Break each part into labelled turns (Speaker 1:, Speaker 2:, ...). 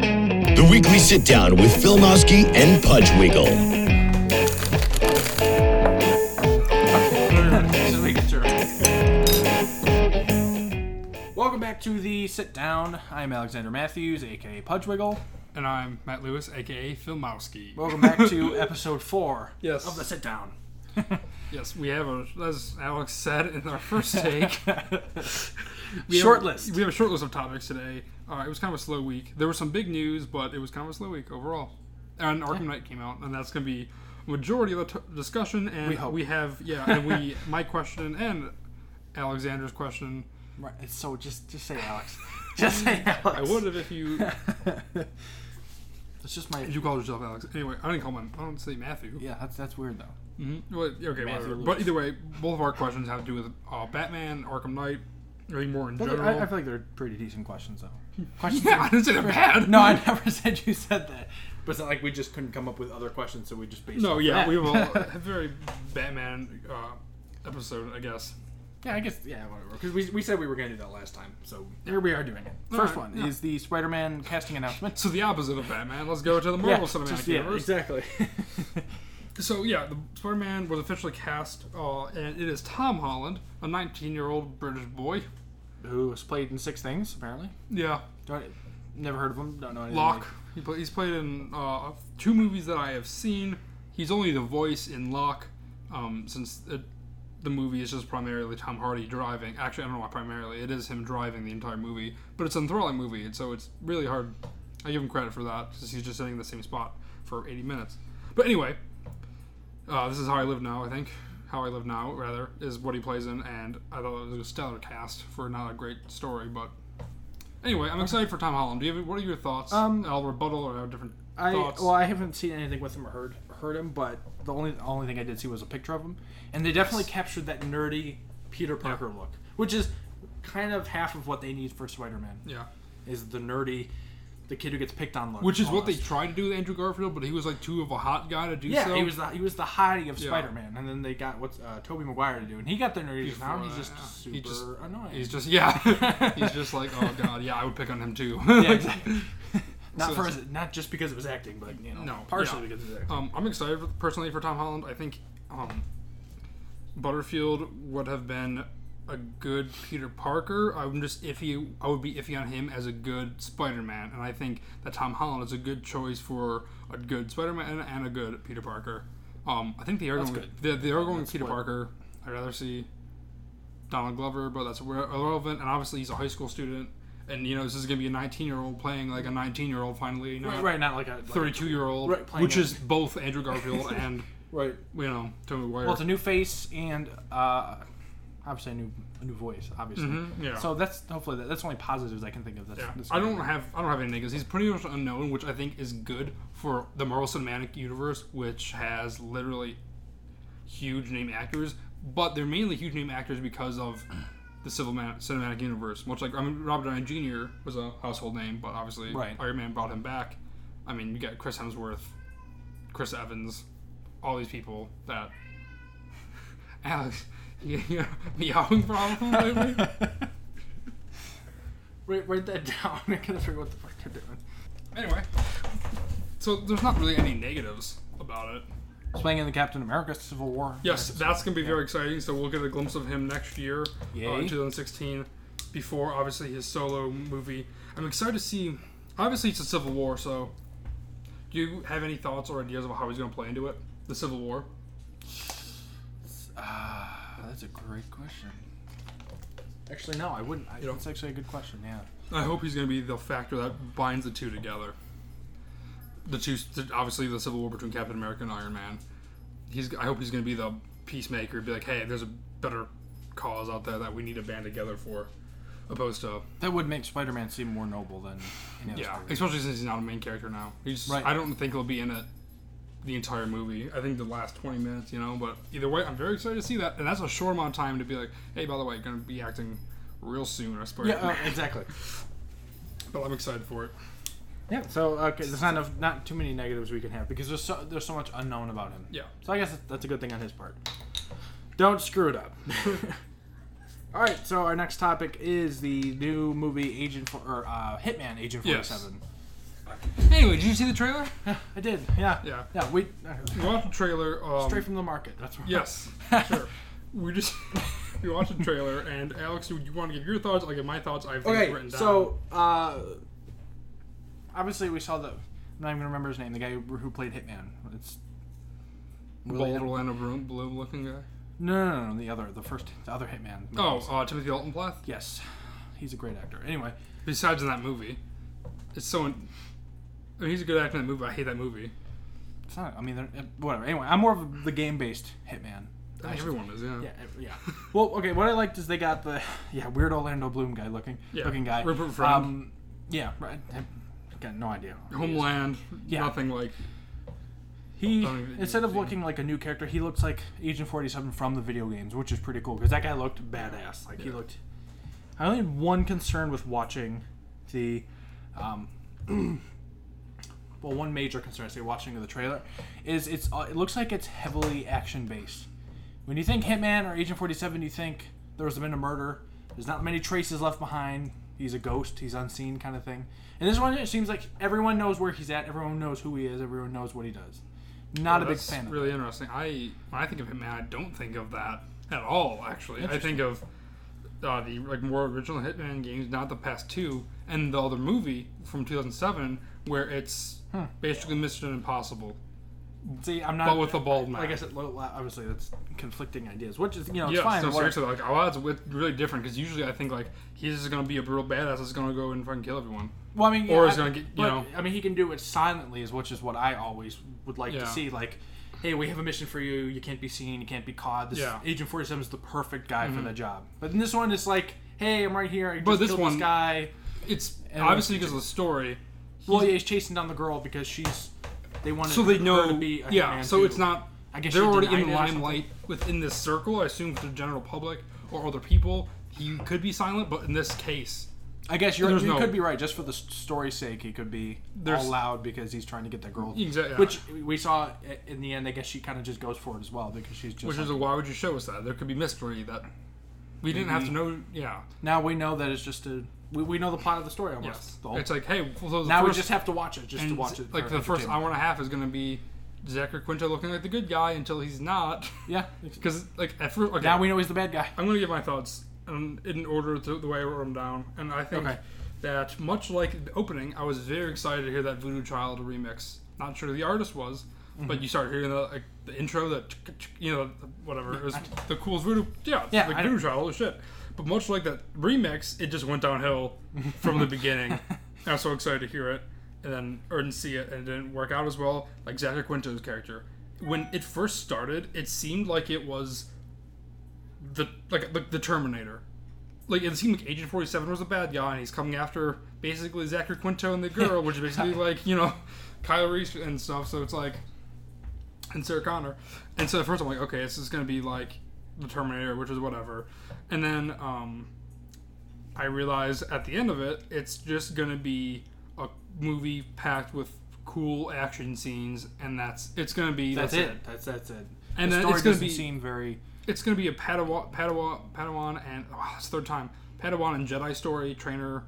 Speaker 1: the weekly sit down with Phil Noski and Pudge Wiggle.
Speaker 2: Just making sure. Welcome back to the sit down. I'm Alexander Matthews, aka Pudgewiggle.
Speaker 3: And I'm Matt Lewis, aka Filmowski.
Speaker 2: Welcome back to episode four
Speaker 3: Yes.
Speaker 2: of the sit down.
Speaker 3: yes, we have a, as Alex said in our first take, we
Speaker 2: Short
Speaker 3: have,
Speaker 2: list.
Speaker 3: We have a short list of topics today. Uh, it was kind of a slow week. There was some big news, but it was kind of a slow week overall. And Arkham Knight came out, and that's going to be a majority of the t- discussion. And
Speaker 2: We hope.
Speaker 3: have, yeah, and we my question and Alexander's question.
Speaker 2: Right, it's so just just say Alex. Just say Alex.
Speaker 3: I would have if you
Speaker 2: It's just my
Speaker 3: if you called yourself Alex. Anyway, I didn't call him. I don't say Matthew.
Speaker 2: yeah. That's that's weird though.
Speaker 3: Well, okay, whatever.
Speaker 2: Lewis.
Speaker 3: But either way, both of our questions have to do with uh, Batman, Arkham Knight, or more in general.
Speaker 2: I, I feel like they're pretty decent questions though. Questions.
Speaker 3: yeah, I didn't say they're bad.
Speaker 2: No, I never said you said that. But it's not like we just couldn't come up with other questions, so we just based.
Speaker 3: No,
Speaker 2: off
Speaker 3: yeah,
Speaker 2: that.
Speaker 3: we will a very Batman uh, episode, I guess.
Speaker 2: Yeah, I guess. Yeah, whatever. Because we, we said we were going to do that last time, so here we are doing it. First
Speaker 3: Alright,
Speaker 2: one
Speaker 3: yeah.
Speaker 2: is the Spider-Man casting announcement.
Speaker 3: So the opposite of Batman. Let's go to the Marvel Cinematic
Speaker 2: just- yeah,
Speaker 3: Universe.
Speaker 2: exactly.
Speaker 3: So yeah, the Spider-Man was officially cast, uh, and it is Tom Holland, a 19-year-old British boy.
Speaker 2: Who was played in six things apparently?
Speaker 3: Yeah,
Speaker 2: Don't, never heard of him. Don't know anything.
Speaker 3: Locke. He play, he's played in uh, two movies that I have seen. He's only the voice in Locke, um, since it, the movie is just primarily Tom Hardy driving. Actually, I don't know why primarily. It is him driving the entire movie, but it's an enthralling movie, and so it's really hard. I give him credit for that, since he's just sitting in the same spot for 80 minutes. But anyway, uh, this is how I live now. I think how I live now, rather, is what he plays in, and I thought it was a stellar cast for not a great story, but Anyway, I'm excited for Tom Holland. Do you have, what are your thoughts?
Speaker 2: Um,
Speaker 3: I'll rebuttal or have different
Speaker 2: I
Speaker 3: thoughts.
Speaker 2: well, I haven't seen anything with him or heard heard him, but the only only thing I did see was a picture of him, and they definitely captured that nerdy Peter Parker look, which is kind of half of what they need for Spider-Man
Speaker 3: yeah,
Speaker 2: is the nerdy, the kid who gets picked on look,
Speaker 3: which is what they
Speaker 2: almost.
Speaker 3: tried to do with Andrew Garfield, but he was like too of a hot guy to do
Speaker 2: Yeah,
Speaker 3: so.
Speaker 2: he was the he was the hottie of
Speaker 3: Yeah.
Speaker 2: Spider Man, and then they got what's uh, Toby Maguire to do, and he got the nerdy
Speaker 3: Before
Speaker 2: found. He's
Speaker 3: that,
Speaker 2: just
Speaker 3: yeah.
Speaker 2: super
Speaker 3: He just-
Speaker 2: annoying.
Speaker 3: He's just yeah. He's just like oh god, yeah, I would pick on him too.
Speaker 2: yeah, exactly. not
Speaker 3: So
Speaker 2: for
Speaker 3: it's-
Speaker 2: his- not just because of his acting, but you know,
Speaker 3: No,
Speaker 2: partially
Speaker 3: yeah.
Speaker 2: because of his acting.
Speaker 3: Um, I'm excited for, personally for Tom Holland. I think um, Butterfield would have been a good Peter Parker. I'm just iffy. I would be iffy on him as a good Spider-Man, and I think that Tom Holland is a good choice for a good Spider-Man and, and a good Peter Parker. Um, I think they are
Speaker 2: That's
Speaker 3: going.
Speaker 2: good.
Speaker 3: They, they are going with Peter
Speaker 2: what-
Speaker 3: Parker. I'd rather see Donald Glover, but that's irre- irrelevant. And obviously, he's a high school student. And you know this is gonna be a 19 year old playing like a 19 year old finally, not
Speaker 2: Right, right, not like a like a-
Speaker 3: 32 year old,
Speaker 2: Right, playing
Speaker 3: which
Speaker 2: it.
Speaker 3: is both Andrew Garfield and
Speaker 2: right.
Speaker 3: you know Tobey Maguire.
Speaker 2: Well, it's a new face and uh, obviously a new a new voice, obviously.
Speaker 3: Mhm, yeah.
Speaker 2: So that's hopefully that, that's the only positives I can think of. That's,
Speaker 3: Yeah.
Speaker 2: this
Speaker 3: I don't
Speaker 2: movie.
Speaker 3: have I don't have anything because he's pretty much unknown, which I think is good for the Marvel Cinematic Universe, which has literally huge name actors, but they're mainly huge name actors because of the Civil Man- Cinematic Universe. Much like I mean, Robert Downey Jr. was a household name, but obviously
Speaker 2: Right.
Speaker 3: Iron Man brought him back. I mean, you got Chris Hemsworth, Chris Evans, all these people that Alex, you you meowing problem lately?
Speaker 2: Write, write that down. I gotta figure what the fuck they're doing.
Speaker 3: Anyway, so there's not really any negatives about it.
Speaker 2: He's playing in the Captain America Civil War.
Speaker 3: Yes, that's going to be very exciting. So we'll get a glimpse of him next year uh,
Speaker 2: Yay.
Speaker 3: in 2016, before obviously his solo movie. I'm excited to see. Obviously, it's a Civil War, so do you have any thoughts or ideas about how he's going to play into it? The Civil War.
Speaker 2: Ah, that's a great question. Actually, no, I wouldn't. I,
Speaker 3: You don't-
Speaker 2: that's actually a good question. Yeah.
Speaker 3: I hope he's going to be the factor that binds the two together. The two, obviously, the civil war between Captain America and Iron Man. He's. I hope he's going to be the peacemaker. Be like, hey, there's a better cause out there that we need to band together for, opposed to
Speaker 2: That would make Spider-Man seem more noble than any other
Speaker 3: yeah,
Speaker 2: Spider-Man.
Speaker 3: especially since he's not a main character now. He's.
Speaker 2: Right.
Speaker 3: I don't think he'll be in it the entire movie. I think the last 20 minutes, you know. But either way, I'm very excited to see that, and that's a short amount of time to be like, hey, by the way, going to be acting real soon. I suppose.
Speaker 2: Yeah, uh, exactly.
Speaker 3: but I'm excited for it.
Speaker 2: Yeah. So okay, there's not enough, not too many negatives we can have because there's so there's so much unknown about him.
Speaker 3: Yeah.
Speaker 2: So I guess that's- that's a good thing on his part. Don't screw it up. All right. So our next topic is the new movie Agent for, or uh, Hitman Agent
Speaker 3: Yes.
Speaker 2: 47.
Speaker 3: Anyway, did you see the trailer?
Speaker 2: I did. Yeah.
Speaker 3: Yeah.
Speaker 2: Yeah. We uh,
Speaker 3: We watched the trailer. Um,
Speaker 2: straight from the market. That's right.
Speaker 3: Yes, sure. We just we watched the trailer, and Alex, do you want to give your thoughts? I'll give my thoughts. I've things
Speaker 2: Okay.
Speaker 3: written down.
Speaker 2: So uh, obviously we saw the. I'm not even gonna remember his name. The guy who, who played Hitman. It's
Speaker 3: bald Orlando Bloom, Bloom looking guy.
Speaker 2: no, no, no, no, the other, the first, the other Hitman.
Speaker 3: Oh, uh, Timothy Dalton Plath.
Speaker 2: Yes, he's a great actor. Anyway,
Speaker 3: Besides in that movie, it's so. In- I mean, he's a good actor in that movie. but I hate that movie.
Speaker 2: it's not. I mean, they're- uh, whatever. Anyway, I'm more of the game-based Hitman.
Speaker 3: I think everyone is. Yeah.
Speaker 2: Yeah, uh, yeah. Well, okay. What I liked is they got the yeah weird Orlando Bloom guy looking
Speaker 3: Yeah,
Speaker 2: looking guy.
Speaker 3: Rupert Friend.
Speaker 2: Um, yeah, right. I got no idea.
Speaker 3: Homeland.
Speaker 2: Yeah.
Speaker 3: Nothing like.
Speaker 2: He
Speaker 3: Oh, don't even-
Speaker 2: instead of looking like a new character, he looks like Agent Forty Seven from the video games, which is pretty cool because that guy looked badass. Like he looked. I only had one concern with watching the, um, well, one major concern I say watching the trailer is it's uh, it looks like it's heavily action based. When you think Hitman or Agent Forty Seven, you think there's been a murder. There's not many traces left behind. He's a ghost. He's unseen, kind of thing. And this one, it seems like everyone knows where he's at. Everyone knows who he is. Everyone knows what he does. Not a big
Speaker 3: That's
Speaker 2: fan. of
Speaker 3: Really interesting. I when I think of Hitman, I don't think of that at all. Actually, I think of uh, the like more original Hitman games, not the past two, and the other movie from 2007, where it's
Speaker 2: Hmm.
Speaker 3: basically Mission Impossible,
Speaker 2: it. See, I'm not.
Speaker 3: but with a bald man.
Speaker 2: like I said, lo- lo- obviously that's conflicting ideas, which is you know it's
Speaker 3: Yeah,
Speaker 2: fine.
Speaker 3: so
Speaker 2: whatever.
Speaker 3: seriously, like, oh, that's wi- really different because usually I think like he's just gonna be a brutal badass that's gonna go and fucking kill everyone.
Speaker 2: Well, I mean,
Speaker 3: Or
Speaker 2: yeah, I-
Speaker 3: is gonna get- you
Speaker 2: but,
Speaker 3: know.
Speaker 2: I mean, he can do it silently, is which is what I always would like
Speaker 3: Yeah.
Speaker 2: to see. Like, hey, we have a mission for you. You can't be seen. You can't be caught. This
Speaker 3: Yeah. Mm-hmm.
Speaker 2: Agent Forty Seven is the perfect guy for that job. But in this one, it's like, hey, I'm right here. I just but
Speaker 3: this
Speaker 2: this
Speaker 3: one-
Speaker 2: this guy.
Speaker 3: It's obviously because of the story,
Speaker 2: Well, yeah, he's chasing down the girl because she's. They wanted
Speaker 3: so they
Speaker 2: her
Speaker 3: know.
Speaker 2: to be a
Speaker 3: yeah,
Speaker 2: hitman
Speaker 3: so
Speaker 2: too.
Speaker 3: it's not.
Speaker 2: I guess
Speaker 3: they're
Speaker 2: she
Speaker 3: already in
Speaker 2: denied
Speaker 3: the
Speaker 2: it or something.
Speaker 3: limelight within this circle. I assume for the general public or other people, he could be silent. But in this case,
Speaker 2: I guess you're,
Speaker 3: there's
Speaker 2: you
Speaker 3: no-
Speaker 2: could be right. Just for the s- story's sake, he could be
Speaker 3: There's-
Speaker 2: all loud because he's trying to get that girl.
Speaker 3: Exactly.
Speaker 2: Which we saw i- in the end. I guess she kind of just goes for it as well because she's just.
Speaker 3: which
Speaker 2: like-
Speaker 3: is a, why would you show us that? There could be mystery that we didn't have to
Speaker 2: Mm-hmm.
Speaker 3: know. Yeah,
Speaker 2: now we know that it's just a. We, we know the plot of the story almost.
Speaker 3: yes.
Speaker 2: The whole-
Speaker 3: It's like hey, well, so the
Speaker 2: now
Speaker 3: first,
Speaker 2: we just have to watch it just to
Speaker 3: and
Speaker 2: watch it.
Speaker 3: Like
Speaker 2: for
Speaker 3: the first
Speaker 2: entertainment.
Speaker 3: hour and a half is gonna be Zachary Quinto looking like the good guy until he's not.
Speaker 2: Yeah.
Speaker 3: Because like at first, okay,
Speaker 2: Now we know he's the bad guy.
Speaker 3: I'm gonna give my thoughts um, in order to the way I wrote them down, and I think
Speaker 2: Okay.
Speaker 3: that much like the opening, I was very excited to hear that Voodoo Child remix. Not sure who the artist was, but you started hearing the, like, the intro, that you know, whatever it was, the coolest Voodoo, yeah,
Speaker 2: Yeah,
Speaker 3: like
Speaker 2: I-
Speaker 3: Voodoo Child, holy shit. But much like that remix, it just went downhill from the beginning. I was so excited to hear it, and then or didn't see it, and it didn't work out as well. Like Zachary Quinto's character, when it first started, it seemed like it was the like the, the Terminator. Like it seemed like Agent Forty Seven was a bad guy, and he's coming after basically Zachary Quinto and the girl, which is basically like you know Kyle Reese and stuff. So it's like and Sarah Connor, and so at first I'm like, okay, this is gonna be like the Terminator, which is whatever, and then um, I realize at the end of it, it's just gonna be a movie packed with cool action scenes, and that's it's gonna be
Speaker 2: That's, it.
Speaker 3: it
Speaker 2: That's that's it.
Speaker 3: And
Speaker 2: the
Speaker 3: then
Speaker 2: story
Speaker 3: it's gonna
Speaker 2: doesn't
Speaker 3: be-
Speaker 2: seem very.
Speaker 3: it's going to be a Padawan, Padawan, Padawan, and oh, it's third time Padawan and Jedi story trainer.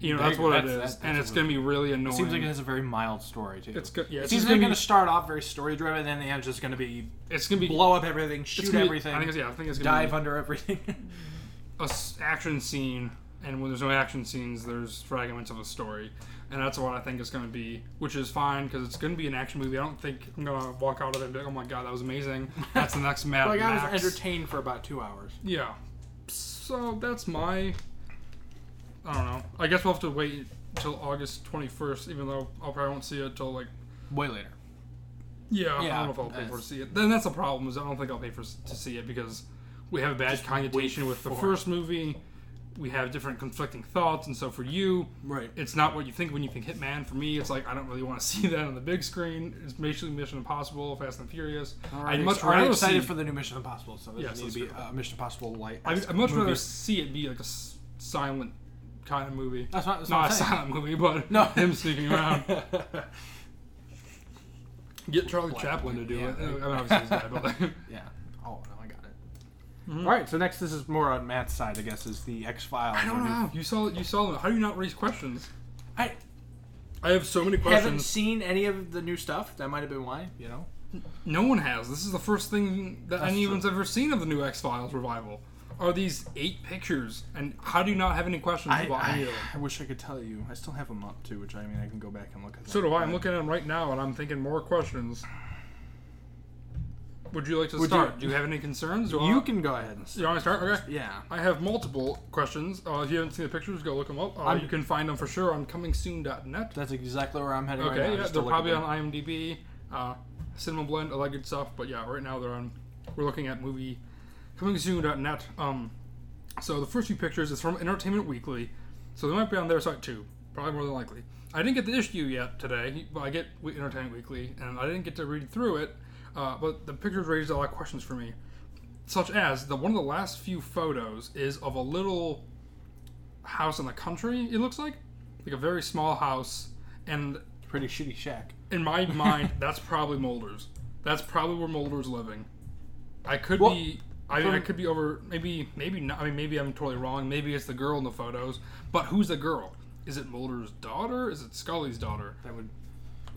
Speaker 3: You know
Speaker 2: There
Speaker 3: that's
Speaker 2: you go.
Speaker 3: what it is,
Speaker 2: That's- that-
Speaker 3: and
Speaker 2: that's
Speaker 3: it's going to be really annoying.
Speaker 2: Seems like it has a very mild story too.
Speaker 3: It's go-
Speaker 2: It
Speaker 3: yeah, it's
Speaker 2: seems
Speaker 3: just
Speaker 2: like
Speaker 3: gonna
Speaker 2: going to
Speaker 3: be-
Speaker 2: start off very story driven, and then the end's just going to be
Speaker 3: it's going to be
Speaker 2: blow up everything,
Speaker 3: it's
Speaker 2: shoot
Speaker 3: gonna be-
Speaker 2: everything,
Speaker 3: I think it's, yeah, I think it's going
Speaker 2: dive
Speaker 3: to be
Speaker 2: under everything.
Speaker 3: a s- action scene, and when there's no action scenes, there's fragments of a story, and that's what I think it's going to be, which is fine because it's going to be an action movie. I don't think I'm going to walk out of there and be like, oh my god, that was amazing. That's the next Mad
Speaker 2: Like I
Speaker 3: Max.
Speaker 2: was entertained for about two hours.
Speaker 3: Yeah. So that's my. I don't know. I guess we'll have to wait till August 21st, even though I probably won't see it till like.
Speaker 2: Way later.
Speaker 3: Yeah, I
Speaker 2: Yeah,
Speaker 3: don't know if I'll pay for to
Speaker 2: that's-
Speaker 3: see it. Then that's the problem is I don't think I'll pay for s- to see it because we have a bad connotation with the
Speaker 2: for it.
Speaker 3: first movie. We have different conflicting thoughts, and so for you,
Speaker 2: Right.
Speaker 3: it's not what you think when you think Hitman. For me, it's like I don't really want to see that on the big screen. It's basically Mission Impossible, Fast and Furious. I'd much rather
Speaker 2: I'm excited
Speaker 3: see,
Speaker 2: for the new Mission Impossible, so this
Speaker 3: Yes,
Speaker 2: needs
Speaker 3: that's
Speaker 2: to be
Speaker 3: good.
Speaker 2: uh, Mission Impossible light.
Speaker 3: I, I'd much rather
Speaker 2: movie.
Speaker 3: see it be like a s- silent kind of movie.
Speaker 2: That's what- that's what
Speaker 3: not
Speaker 2: I'm
Speaker 3: a
Speaker 2: saying.
Speaker 3: silent movie, but
Speaker 2: No.
Speaker 3: him sneaking around. Get Charlie Chaplin to do
Speaker 2: yeah,
Speaker 3: it. I mean, obviously he's dead, but Mm-hmm. like,
Speaker 2: Yeah. Oh no, I got it. All right. So next, this is more on Matt's side, I guess, is the X Files.
Speaker 3: I don't know. You saw you saw him. How do you not raise questions?
Speaker 2: I
Speaker 3: I have so many
Speaker 2: Haven't
Speaker 3: questions.
Speaker 2: seen any of the new stuff. That might have been why. You know.
Speaker 3: No one has. This is the first thing that
Speaker 2: That's
Speaker 3: anyone's ever seen of the new X Files revival. Are these eight pictures? And how do you not have any questions
Speaker 2: I,
Speaker 3: about any
Speaker 2: I,
Speaker 3: of them?
Speaker 2: I wish I could tell you. I still have them up too, which I mean I can go back and look at.
Speaker 3: So
Speaker 2: them.
Speaker 3: do I. I'm looking at them right now, and I'm thinking more questions. Would you like to
Speaker 2: Would you-
Speaker 3: start? do you have any concerns? Do I,
Speaker 2: You can go ahead and. s-
Speaker 3: You want to start? Okay.
Speaker 2: Yeah.
Speaker 3: I have multiple questions. Uh, if you haven't seen the pictures, go look them up. Uh,
Speaker 2: I'm-
Speaker 3: you can find them for sure on comingsoon.net.
Speaker 2: That's exactly where I'm heading
Speaker 3: Okay,
Speaker 2: right now.
Speaker 3: yeah,
Speaker 2: just to
Speaker 3: they're
Speaker 2: look at
Speaker 3: probably
Speaker 2: them.
Speaker 3: on IMDb, uh, Cinema Blend, all that good stuff. But yeah, right now they're on. We're looking at movie comingsoon.net. Um, so the first few pictures is from Entertainment Weekly, so they might be on their site too. Probably more than likely. I didn't get the issue yet today, but I get we- Entertainment Weekly, and I didn't get to read through it. Uh, but the pictures raised a lot of questions for me, such as the one of the last few photos is of a little house in the country. It looks like like a very small house, and
Speaker 2: Pretty shitty shack.
Speaker 3: in my mind, that's probably Mulder's. That's probably where Mulder's living. I could
Speaker 2: Well,
Speaker 3: be. I, I
Speaker 2: from-
Speaker 3: could be over. Maybe. Maybe not. I mean, maybe I'm totally wrong. Maybe it's the girl in the photos. But who's the girl? Is it Mulder's daughter? Is it Scully's daughter?
Speaker 2: That would.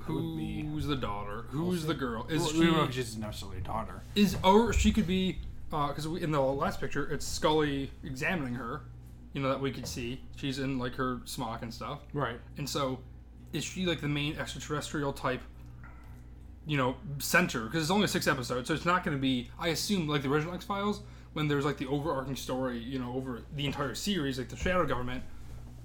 Speaker 2: would be-
Speaker 3: Who's the daughter? Who's the girl? Is
Speaker 2: Well, we
Speaker 3: she?
Speaker 2: don't know if she's necessarily a daughter.
Speaker 3: is or she could be because we in the last picture it's Scully examining her, you know that we could see she's in like her smock and stuff,
Speaker 2: Right.
Speaker 3: and so is she like the main extraterrestrial type, you know, center? Because it's only six episodes, so it's not going to be. I assume like the original X Files when there's like the overarching story, you know, over the entire series, like the Shadow Government.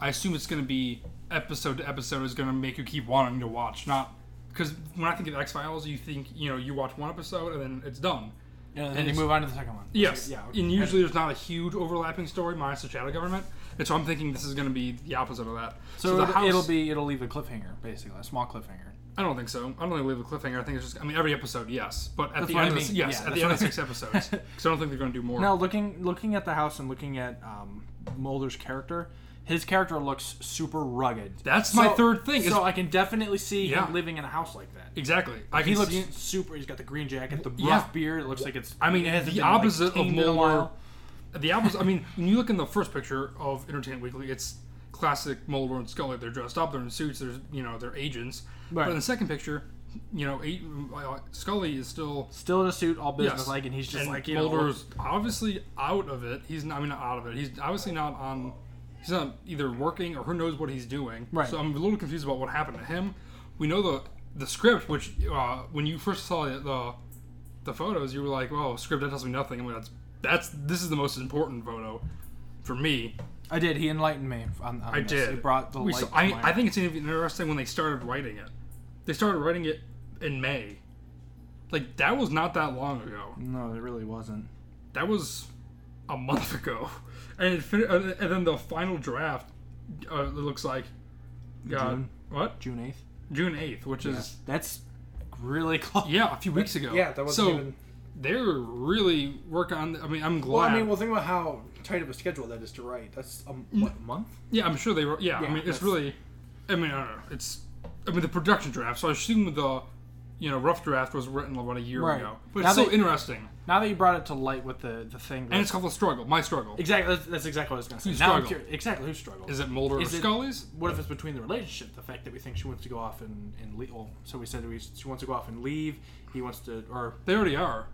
Speaker 3: I assume it's going to be episode to episode is going to make you keep wanting to watch, not because when I think of X Files, you think you know you watch one episode and then it's done.
Speaker 2: And then you
Speaker 3: it's-
Speaker 2: move on to the second one.
Speaker 3: Yes.
Speaker 2: Yeah.
Speaker 3: And usually there's not a huge overlapping story minus the shadow government. And so I'm thinking this is going to be the opposite of that.
Speaker 2: So,
Speaker 3: the
Speaker 2: it'll, it'll be it'll leave a cliffhanger basically, a small cliffhanger.
Speaker 3: I don't think so. I don't think we leave a cliffhanger. I think it's just. I mean, every episode, yes, but at the
Speaker 2: what
Speaker 3: end,
Speaker 2: I
Speaker 3: of the,
Speaker 2: mean.
Speaker 3: yes,
Speaker 2: Yeah,
Speaker 3: at
Speaker 2: that's
Speaker 3: the end
Speaker 2: what
Speaker 3: of
Speaker 2: I-
Speaker 3: six episodes. Because I don't think they're going to do more.
Speaker 2: Now looking looking at the house and looking at um, Mulder's character, his character looks super rugged.
Speaker 3: That's my third thing, is-
Speaker 2: So I can definitely see
Speaker 3: Yeah.
Speaker 2: him living in a house like that.
Speaker 3: exactly. I
Speaker 2: He
Speaker 3: can
Speaker 2: looks
Speaker 3: see.
Speaker 2: super. He's got the green jacket, the rough
Speaker 3: Yeah.
Speaker 2: beard. It looks like it's.
Speaker 3: I mean,
Speaker 2: it hasn't
Speaker 3: the
Speaker 2: been, like,
Speaker 3: opposite of
Speaker 2: tamed in a
Speaker 3: Mulder.
Speaker 2: while.
Speaker 3: The apples. I mean, when you look in the first picture of Entertainment Weekly, it's classic Mulder and Scully. They're dressed up. They're in suits. There's you know they're agents.
Speaker 2: Right.
Speaker 3: But in the second picture, you know, eight, uh, Scully is still
Speaker 2: Still in a suit, all
Speaker 3: Yes.
Speaker 2: business like, and he's just
Speaker 3: And
Speaker 2: like you know,
Speaker 3: Mulder's obviously out of it. He's not, I mean not out of it. He's obviously not on. He's not either working or who knows what he's doing.
Speaker 2: Right.
Speaker 3: So I'm a little confused about what happened to him. We know the the script, which uh, when you first saw the, the the photos, you were like, "Well, script that tells me nothing." I mean, that's that's this is the most important photo for me.
Speaker 2: I did. He enlightened me. On, on
Speaker 3: I
Speaker 2: this.
Speaker 3: did.
Speaker 2: It brought the
Speaker 3: We
Speaker 2: light.
Speaker 3: saw-
Speaker 2: to
Speaker 3: I,
Speaker 2: my-
Speaker 3: I think it's even interesting when they started writing it. They started writing it in May. Like that was not that long ago.
Speaker 2: no, it really wasn't.
Speaker 3: that was a month ago, and it fin- uh, and then the final draft uh, it looks like uh,
Speaker 2: June.
Speaker 3: what
Speaker 2: June eighth.
Speaker 3: June eighth, which is
Speaker 2: That's really close.
Speaker 3: yeah a few weeks ago.
Speaker 2: yeah, that wasn't
Speaker 3: so
Speaker 2: even-
Speaker 3: they're really working on. I mean, I'm glad.
Speaker 2: Well, I mean, well, think about how tight of a schedule that is to write. That's a m-
Speaker 3: Mm.
Speaker 2: what, month.
Speaker 3: yeah, I'm sure they were. Yeah,
Speaker 2: Yeah,
Speaker 3: I mean, it's
Speaker 2: that's-
Speaker 3: really. I mean, I don't know. It's I mean the production draft. So I assume the you know rough draft was written about a year
Speaker 2: Right.
Speaker 3: ago, but
Speaker 2: Now
Speaker 3: it's so
Speaker 2: they-
Speaker 3: interesting.
Speaker 2: Now that you brought it to light with the the thing,
Speaker 3: And it's called the struggle. My struggle.
Speaker 2: exactly that's, that's exactly what I was going to say.
Speaker 3: Who
Speaker 2: now I'm
Speaker 3: struggled?
Speaker 2: curious, exactly who struggled.
Speaker 3: Is it Mulder
Speaker 2: Is
Speaker 3: or
Speaker 2: it-
Speaker 3: Scully's?
Speaker 2: What if it's between the relationship, the fact that we think she wants to go off and and leave? Well, so we said we, she wants to go off and leave. He wants to, or
Speaker 3: They already are.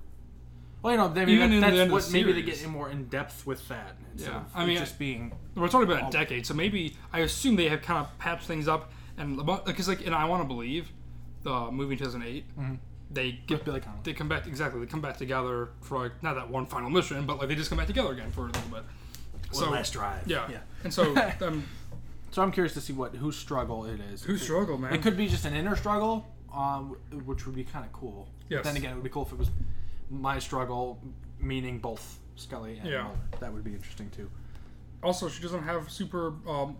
Speaker 2: well, you know, they,
Speaker 3: Even in
Speaker 2: that,
Speaker 3: the
Speaker 2: that's
Speaker 3: end of
Speaker 2: what
Speaker 3: the
Speaker 2: maybe they
Speaker 3: series.
Speaker 2: get in more in depth with that. Instead
Speaker 3: Yeah.
Speaker 2: of
Speaker 3: I
Speaker 2: it
Speaker 3: mean,
Speaker 2: just being
Speaker 3: We're talking about a decade, so maybe I assume they have kind of patched things up. And because like, and I want to believe the movie in 2008, they get
Speaker 2: Billy Connolly.
Speaker 3: they come back exactly. They come back together for like not that one final mission, but like they just come back together again for a little bit. so
Speaker 2: last drive.
Speaker 3: yeah,
Speaker 2: yeah.
Speaker 3: and so um,
Speaker 2: So I'm curious to see what whose struggle it is.
Speaker 3: who struggled, man?
Speaker 2: It could be just an inner struggle, um, which would be kind of cool.
Speaker 3: Yes.
Speaker 2: Then again, it would be cool if it was my struggle, meaning both Scully and
Speaker 3: Yeah.
Speaker 2: Mulder. That would be interesting too.
Speaker 3: also, she doesn't have super um,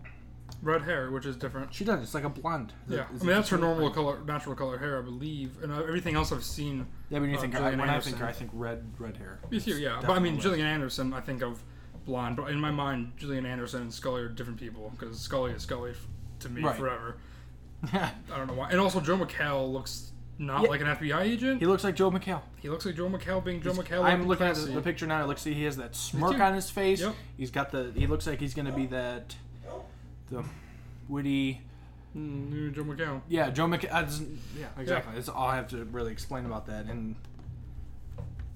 Speaker 3: red hair, which is different.
Speaker 2: She does. It's like a blonde. Is
Speaker 3: Yeah, I
Speaker 2: it
Speaker 3: mean that's her
Speaker 2: just-
Speaker 3: normal color, natural color hair, I believe, and uh, everything else I've seen.
Speaker 2: Yeah, when you
Speaker 3: uh,
Speaker 2: think her, I-
Speaker 3: Gillian
Speaker 2: when I think
Speaker 3: Anderson.
Speaker 2: her, I think red, red hair.
Speaker 3: Me too, yeah. But I mean, Gillian Anderson, I think of blonde, but in my mind, Gillian Anderson and Scully are different people because Scully is Scully f- to me
Speaker 2: Right.
Speaker 3: forever.
Speaker 2: Yeah.
Speaker 3: I don't know why. And also, Joe McHale looks not
Speaker 2: Yeah.
Speaker 3: like an FBI agent.
Speaker 2: he looks like Joe McHale.
Speaker 3: He looks like Joe McHale being Joe McHale.
Speaker 2: I'm looking at the,
Speaker 3: classy.
Speaker 2: the picture now. It looks like he has that smirk
Speaker 3: too.
Speaker 2: on his face.
Speaker 3: Yep.
Speaker 2: He's got the. He looks like he's gonna be that, the, witty,
Speaker 3: Mm, Joe McCown.
Speaker 2: Yeah, Joe Mc. uh, it's- Yeah, exactly. It's all I have to really explain about that. And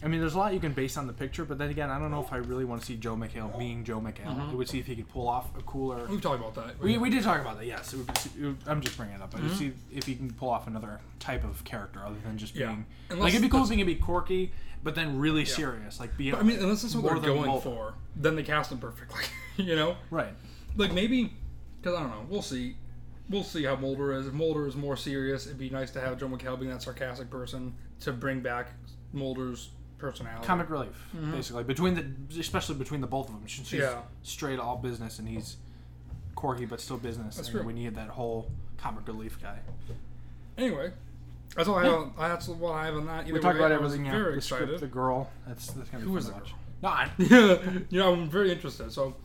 Speaker 2: I mean, there's a lot you can base on the picture, but then again, I don't know if I really want to see Joe McHale being Joe McHale.
Speaker 3: Mm-hmm.
Speaker 2: It would see if he could pull off a cooler.
Speaker 3: We've talked about that.
Speaker 2: We, we did talk about that. Yes, it would, it would- I'm just bringing it up. I
Speaker 3: Mm-hmm.
Speaker 2: would see if he can pull off another type of character other than just
Speaker 3: Yeah.
Speaker 2: being
Speaker 3: Unless-
Speaker 2: like it'd be cool if he could be quirky, but then really serious. Like be.
Speaker 3: I mean, unless that's what
Speaker 2: more
Speaker 3: they're
Speaker 2: than
Speaker 3: going
Speaker 2: Mulder.
Speaker 3: for, then they cast him perfectly. you know,
Speaker 2: Right.
Speaker 3: like maybe because I don't know. We'll see. We'll see how Mulder is. If Mulder is more serious, it'd be nice to have Joe McHale being that sarcastic person to bring back Mulder's personality.
Speaker 2: comic relief, basically. Between the, especially between the both of them, She- she's
Speaker 3: Yeah.
Speaker 2: straight all business, and he's quirky but still business.
Speaker 3: That's
Speaker 2: and
Speaker 3: true.
Speaker 2: we need that whole comic relief guy.
Speaker 3: Anyway, that's all I have. on- That's what I have on that. Either
Speaker 2: We talked
Speaker 3: way,
Speaker 2: about
Speaker 3: I was
Speaker 2: everything. yeah.
Speaker 3: Very
Speaker 2: the script,
Speaker 3: excited.
Speaker 2: the girl. That's that's gonna be fun
Speaker 3: Who is
Speaker 2: to
Speaker 3: the
Speaker 2: watch.
Speaker 3: girl?
Speaker 2: No, I,
Speaker 3: you know, I'm very interested. So,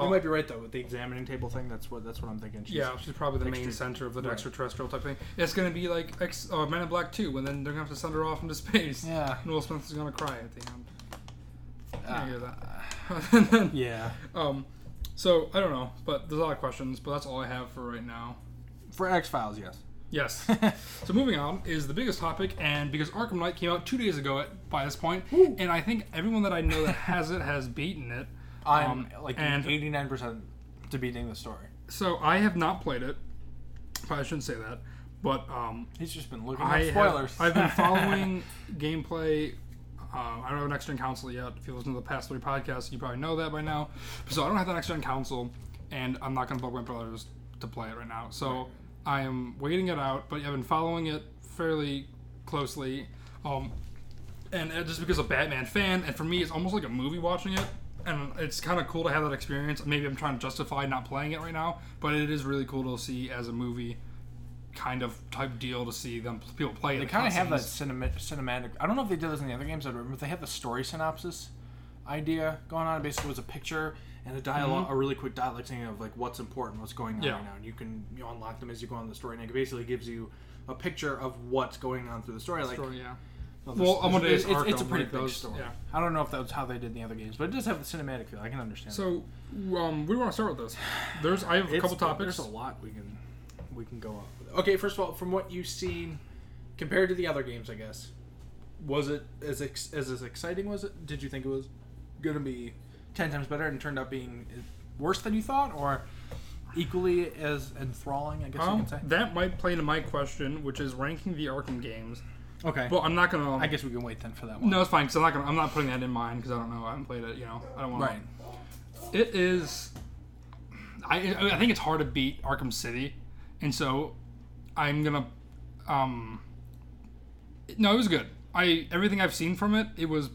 Speaker 2: you might be right though with the examining table thing. That's what that's what I'm thinking. She's,
Speaker 3: yeah, she's probably the main
Speaker 2: Extra-
Speaker 3: center of the
Speaker 2: right.
Speaker 3: extraterrestrial type thing. It's gonna be like X, uh, Men in Black Two, and then they're gonna have to send her off into space.
Speaker 2: Yeah.
Speaker 3: and Will Smith is gonna cry at the end. I hear
Speaker 2: Ah,
Speaker 3: that. and then,
Speaker 2: yeah.
Speaker 3: um, so I don't know, but there's a lot of questions, but that's all I have for right now.
Speaker 2: For X Files, yes.
Speaker 3: Yes. so moving on is the biggest topic, and because Arkham Knight came out two days ago at, by this point, and I think everyone that I know that has it has beaten it.
Speaker 2: I'm
Speaker 3: Um,
Speaker 2: like
Speaker 3: and-
Speaker 2: 89 percent to beating the story.
Speaker 3: So I have not played it. Probably shouldn't say that, but um,
Speaker 2: He's just been looking
Speaker 3: I
Speaker 2: at spoilers.
Speaker 3: Have, I've been following gameplay. Um, I don't have an next gen console yet. If you listen to the past three podcasts, you probably know that by now. So I don't have the next gen console, and I'm not going to bug my brothers to play it right now. So I am waiting it out, but I've been following it fairly closely. Um, and uh, just because a Batman fan, and for me, it's almost like a movie watching it, and it's kind of cool to have that experience. Maybe I'm trying to justify not playing it right now, but it is really cool to see as a movie kind of type deal to see them people play it.
Speaker 2: They kind of have that cinema, cinematic. I don't know if they did this in the other games. I don't remember. They had the story synopsis idea going on. Basically, it was a picture and a dialog a really quick dialogue thing of like what's important, what's going on
Speaker 3: Yeah.
Speaker 2: right now, and you can you know, unlock them as you go on the story. And it basically gives you a picture of what's going on through the story. Like,
Speaker 3: Story, yeah.
Speaker 2: well,
Speaker 3: Well, I'm gonna
Speaker 2: it's,
Speaker 3: say it's
Speaker 2: it's- it's a
Speaker 3: Arkham,
Speaker 2: pretty
Speaker 3: like
Speaker 2: big
Speaker 3: those-
Speaker 2: story.
Speaker 3: yeah.
Speaker 2: I don't know if that was how they did in the other games, but it does have the cinematic feel. I can understand. that.
Speaker 3: So, um, we want to start with this. There's I have a
Speaker 2: It's-
Speaker 3: couple topics.
Speaker 2: There's a lot we can we can go up. With. Okay, first of all, from what you've seen compared to the other games, I guess, was it as ex- as as exciting? Was it? Did you think it was gonna be ten times better and turned out being uh, worse than you thought, or equally as enthralling? I guess you
Speaker 3: Um,
Speaker 2: can say.
Speaker 3: that might play into my question, which is ranking the Arkham games.
Speaker 2: Okay.
Speaker 3: Well, I'm not gonna.
Speaker 2: I guess we can wait then for that one.
Speaker 3: no, it's fine. Cause I'm not gonna. I'm not putting that in mind because I don't know. I haven't played it. You know, I don't want.
Speaker 2: Right.
Speaker 3: It is. I I think it's hard to beat Arkham City, and so I'm gonna. Um. No, it was good. I everything I've seen from it, it was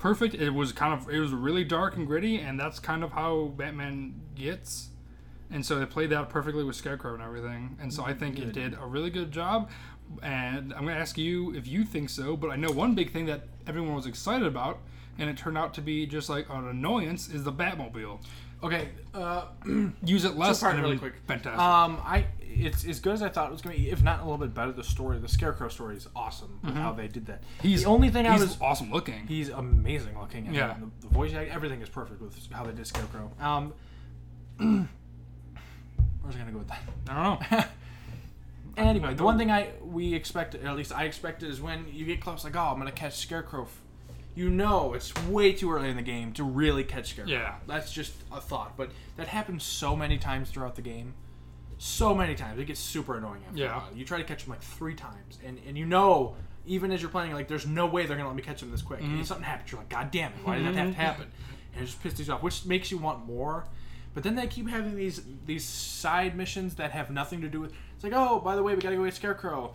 Speaker 3: perfect. It was kind of it was really dark and gritty, and that's kind of how Batman gets. And so they played that perfectly with Scarecrow and everything. And so I think it did a really good job. And I'm going to ask you if you think so. But I know one big thing that everyone was excited about, and it turned out to be just like an annoyance, is the Batmobile.
Speaker 2: Okay. Uh,
Speaker 3: Use it less.
Speaker 2: Sorry,
Speaker 3: and
Speaker 2: really
Speaker 3: it'd be
Speaker 2: quick.
Speaker 3: Fantastic.
Speaker 2: Um, I it's as good as I thought it was going to be, if not a little bit better. The story, the Scarecrow story, is awesome. with How they did that.
Speaker 3: he's
Speaker 2: the only thing I
Speaker 3: he's
Speaker 2: was
Speaker 3: awesome looking.
Speaker 2: He's amazing looking. and
Speaker 3: Yeah.
Speaker 2: The, the voice, act- everything is perfect with how they did Scarecrow. Um, where's I gonna go with that?
Speaker 3: I don't know.
Speaker 2: Anyway, the one thing I we expected, at least I expected, is when you get close, like, oh, I'm gonna catch Scarecrow. f- You know, it's way too early in the game to really catch Scarecrow.
Speaker 3: Yeah.
Speaker 2: that's just a thought, but that happens so many times throughout the game. So many times, it gets super annoying. After
Speaker 3: Yeah.
Speaker 2: a while. you try to catch him like three times, and and you know, even as you're playing, like, there's no way they're gonna let me catch him this quick. And something happens, you're like, God damn it, why did that have to happen? And it just pisses you off, which makes you want more. But then they keep having these these side missions that have nothing to do with. It's like, oh, by the way, we gotta go get Scarecrow.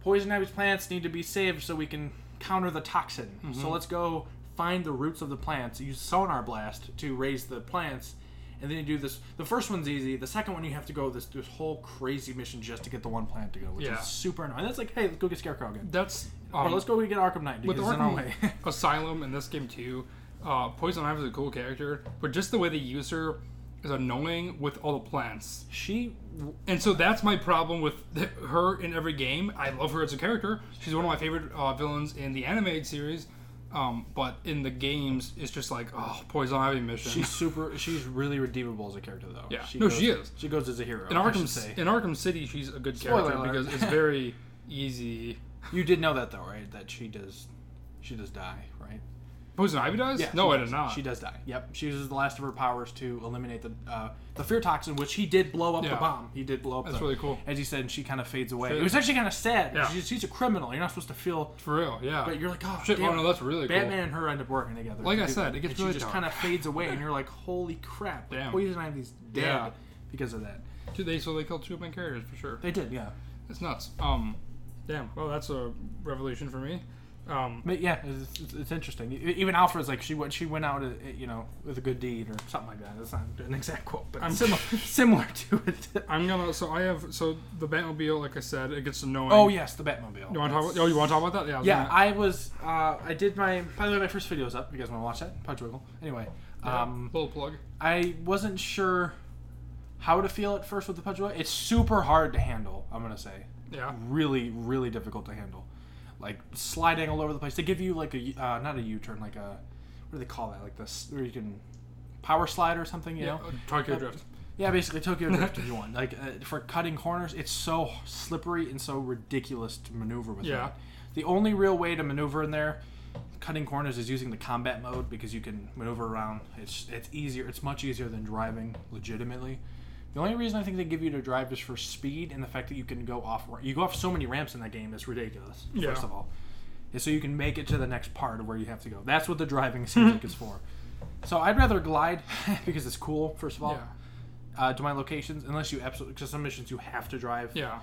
Speaker 2: Poison Ivy's plants need to be saved so we can counter the toxin.
Speaker 3: Mm-hmm.
Speaker 2: So let's go find the roots of the plants. Use sonar blast to raise the plants, and then you do this. The first one's easy. The second one you have to go this this whole crazy mission just to get the one plant to go, which
Speaker 3: Yeah.
Speaker 2: is super annoying. That's like, hey, let's go get Scarecrow again.
Speaker 3: That's.
Speaker 2: Or
Speaker 3: Um,
Speaker 2: Oh, let's go get Arkham Knight.
Speaker 3: with
Speaker 2: Because it's in our way.
Speaker 3: Arkham Asylum in this game too, uh, Poison Ivy is a cool character, but just the way they use her is annoying with all the plants.
Speaker 2: she
Speaker 3: And so that's my problem with th- her in every game. I love her as a character. She's one of my favorite uh, villains in the animated series. Um, but in the games, it's just like, oh, Poison Ivy mission.
Speaker 2: She's super. She's really redeemable as a character, though.
Speaker 3: Yeah. No,
Speaker 2: goes,
Speaker 3: she is.
Speaker 2: She goes as a hero.
Speaker 3: in
Speaker 2: I
Speaker 3: Arkham,
Speaker 2: should say.
Speaker 3: in Arkham City, she's a good
Speaker 2: Spoiler
Speaker 3: character
Speaker 2: alert.
Speaker 3: because it's very easy.
Speaker 2: you did know that, though, right? That she does, she does die, right?
Speaker 3: Poison Ivy dies?
Speaker 2: Yeah,
Speaker 3: no,
Speaker 2: she
Speaker 3: I
Speaker 2: does.
Speaker 3: did not.
Speaker 2: She does die. Yep. She uses the last of her powers to eliminate the uh, the fear toxin, which he did blow up the
Speaker 3: Yeah.
Speaker 2: bomb. He did blow up.
Speaker 3: That's
Speaker 2: the-
Speaker 3: really cool.
Speaker 2: As you said, and she kind of fades away.
Speaker 3: Shit.
Speaker 2: It was actually kind of sad.
Speaker 3: Yeah.
Speaker 2: She's, she's a criminal. You're not supposed to feel.
Speaker 3: For real, yeah.
Speaker 2: But you're like, oh
Speaker 3: Shit,
Speaker 2: damn
Speaker 3: oh, no,
Speaker 2: it."
Speaker 3: that's really cool.
Speaker 2: Batman and her end up working together.
Speaker 3: Like
Speaker 2: to
Speaker 3: I
Speaker 2: do
Speaker 3: said,
Speaker 2: that.
Speaker 3: it gets
Speaker 2: and
Speaker 3: really
Speaker 2: she just kind
Speaker 3: dark.
Speaker 2: of fades away, and you're like, holy crap! Like,
Speaker 3: Damn.
Speaker 2: Poison Ivy's dead
Speaker 3: Yeah.
Speaker 2: because of that.
Speaker 3: Dude, They, so they killed two of my characters for sure.
Speaker 2: They did, yeah.
Speaker 3: It's nuts. Um, damn. Well, that's a revelation for me. Um,
Speaker 2: But yeah, it's, it's, it's interesting. E- Even Alfred's like she went she went out, uh, you know, with a good deed or something like that. That's not an exact quote, but
Speaker 3: I'm-
Speaker 2: similar similar to it.
Speaker 3: I'm gonna. So I have. So the Batmobile, like I said, it gets annoying.
Speaker 2: Oh yes, the Batmobile.
Speaker 3: You want to talk? About, oh, you want to talk about that? Yeah. I was
Speaker 2: yeah,
Speaker 3: gonna-
Speaker 2: I was. Uh, I did my. By the way, my first video is up. If you guys want to watch that, Punch Wiggle. Anyway, um,
Speaker 3: little plug.
Speaker 2: I wasn't sure how to feel at first with the Punch Wiggle. It's super hard to handle. I'm gonna say.
Speaker 3: Yeah.
Speaker 2: Mm-hmm. really really difficult to handle like sliding all over the place they give you like a U- uh, not a u-turn like a what do they call that like this where you can power slide or something you
Speaker 3: Yeah.
Speaker 2: know
Speaker 3: uh, Tokyo Drift.
Speaker 2: yeah basically tokyo drift is one like uh, for cutting corners it's so slippery and so ridiculous to maneuver with
Speaker 3: Yeah.
Speaker 2: that. the only real way to maneuver in there cutting corners is using the combat mode because you can maneuver around it's it's easier it's much easier than driving legitimately the only reason I think they give you to drive is for speed and the fact that you can go off. You go off so many ramps in that game that's ridiculous.
Speaker 3: Yeah.
Speaker 2: First of all, is so you can make it to the next part of where you have to go. That's what the driving seems like it's for. So I'd rather glide because it's cool. First of all,
Speaker 3: Yeah.
Speaker 2: uh, to my locations, unless you absolutely because some missions you have to drive.
Speaker 3: Yeah.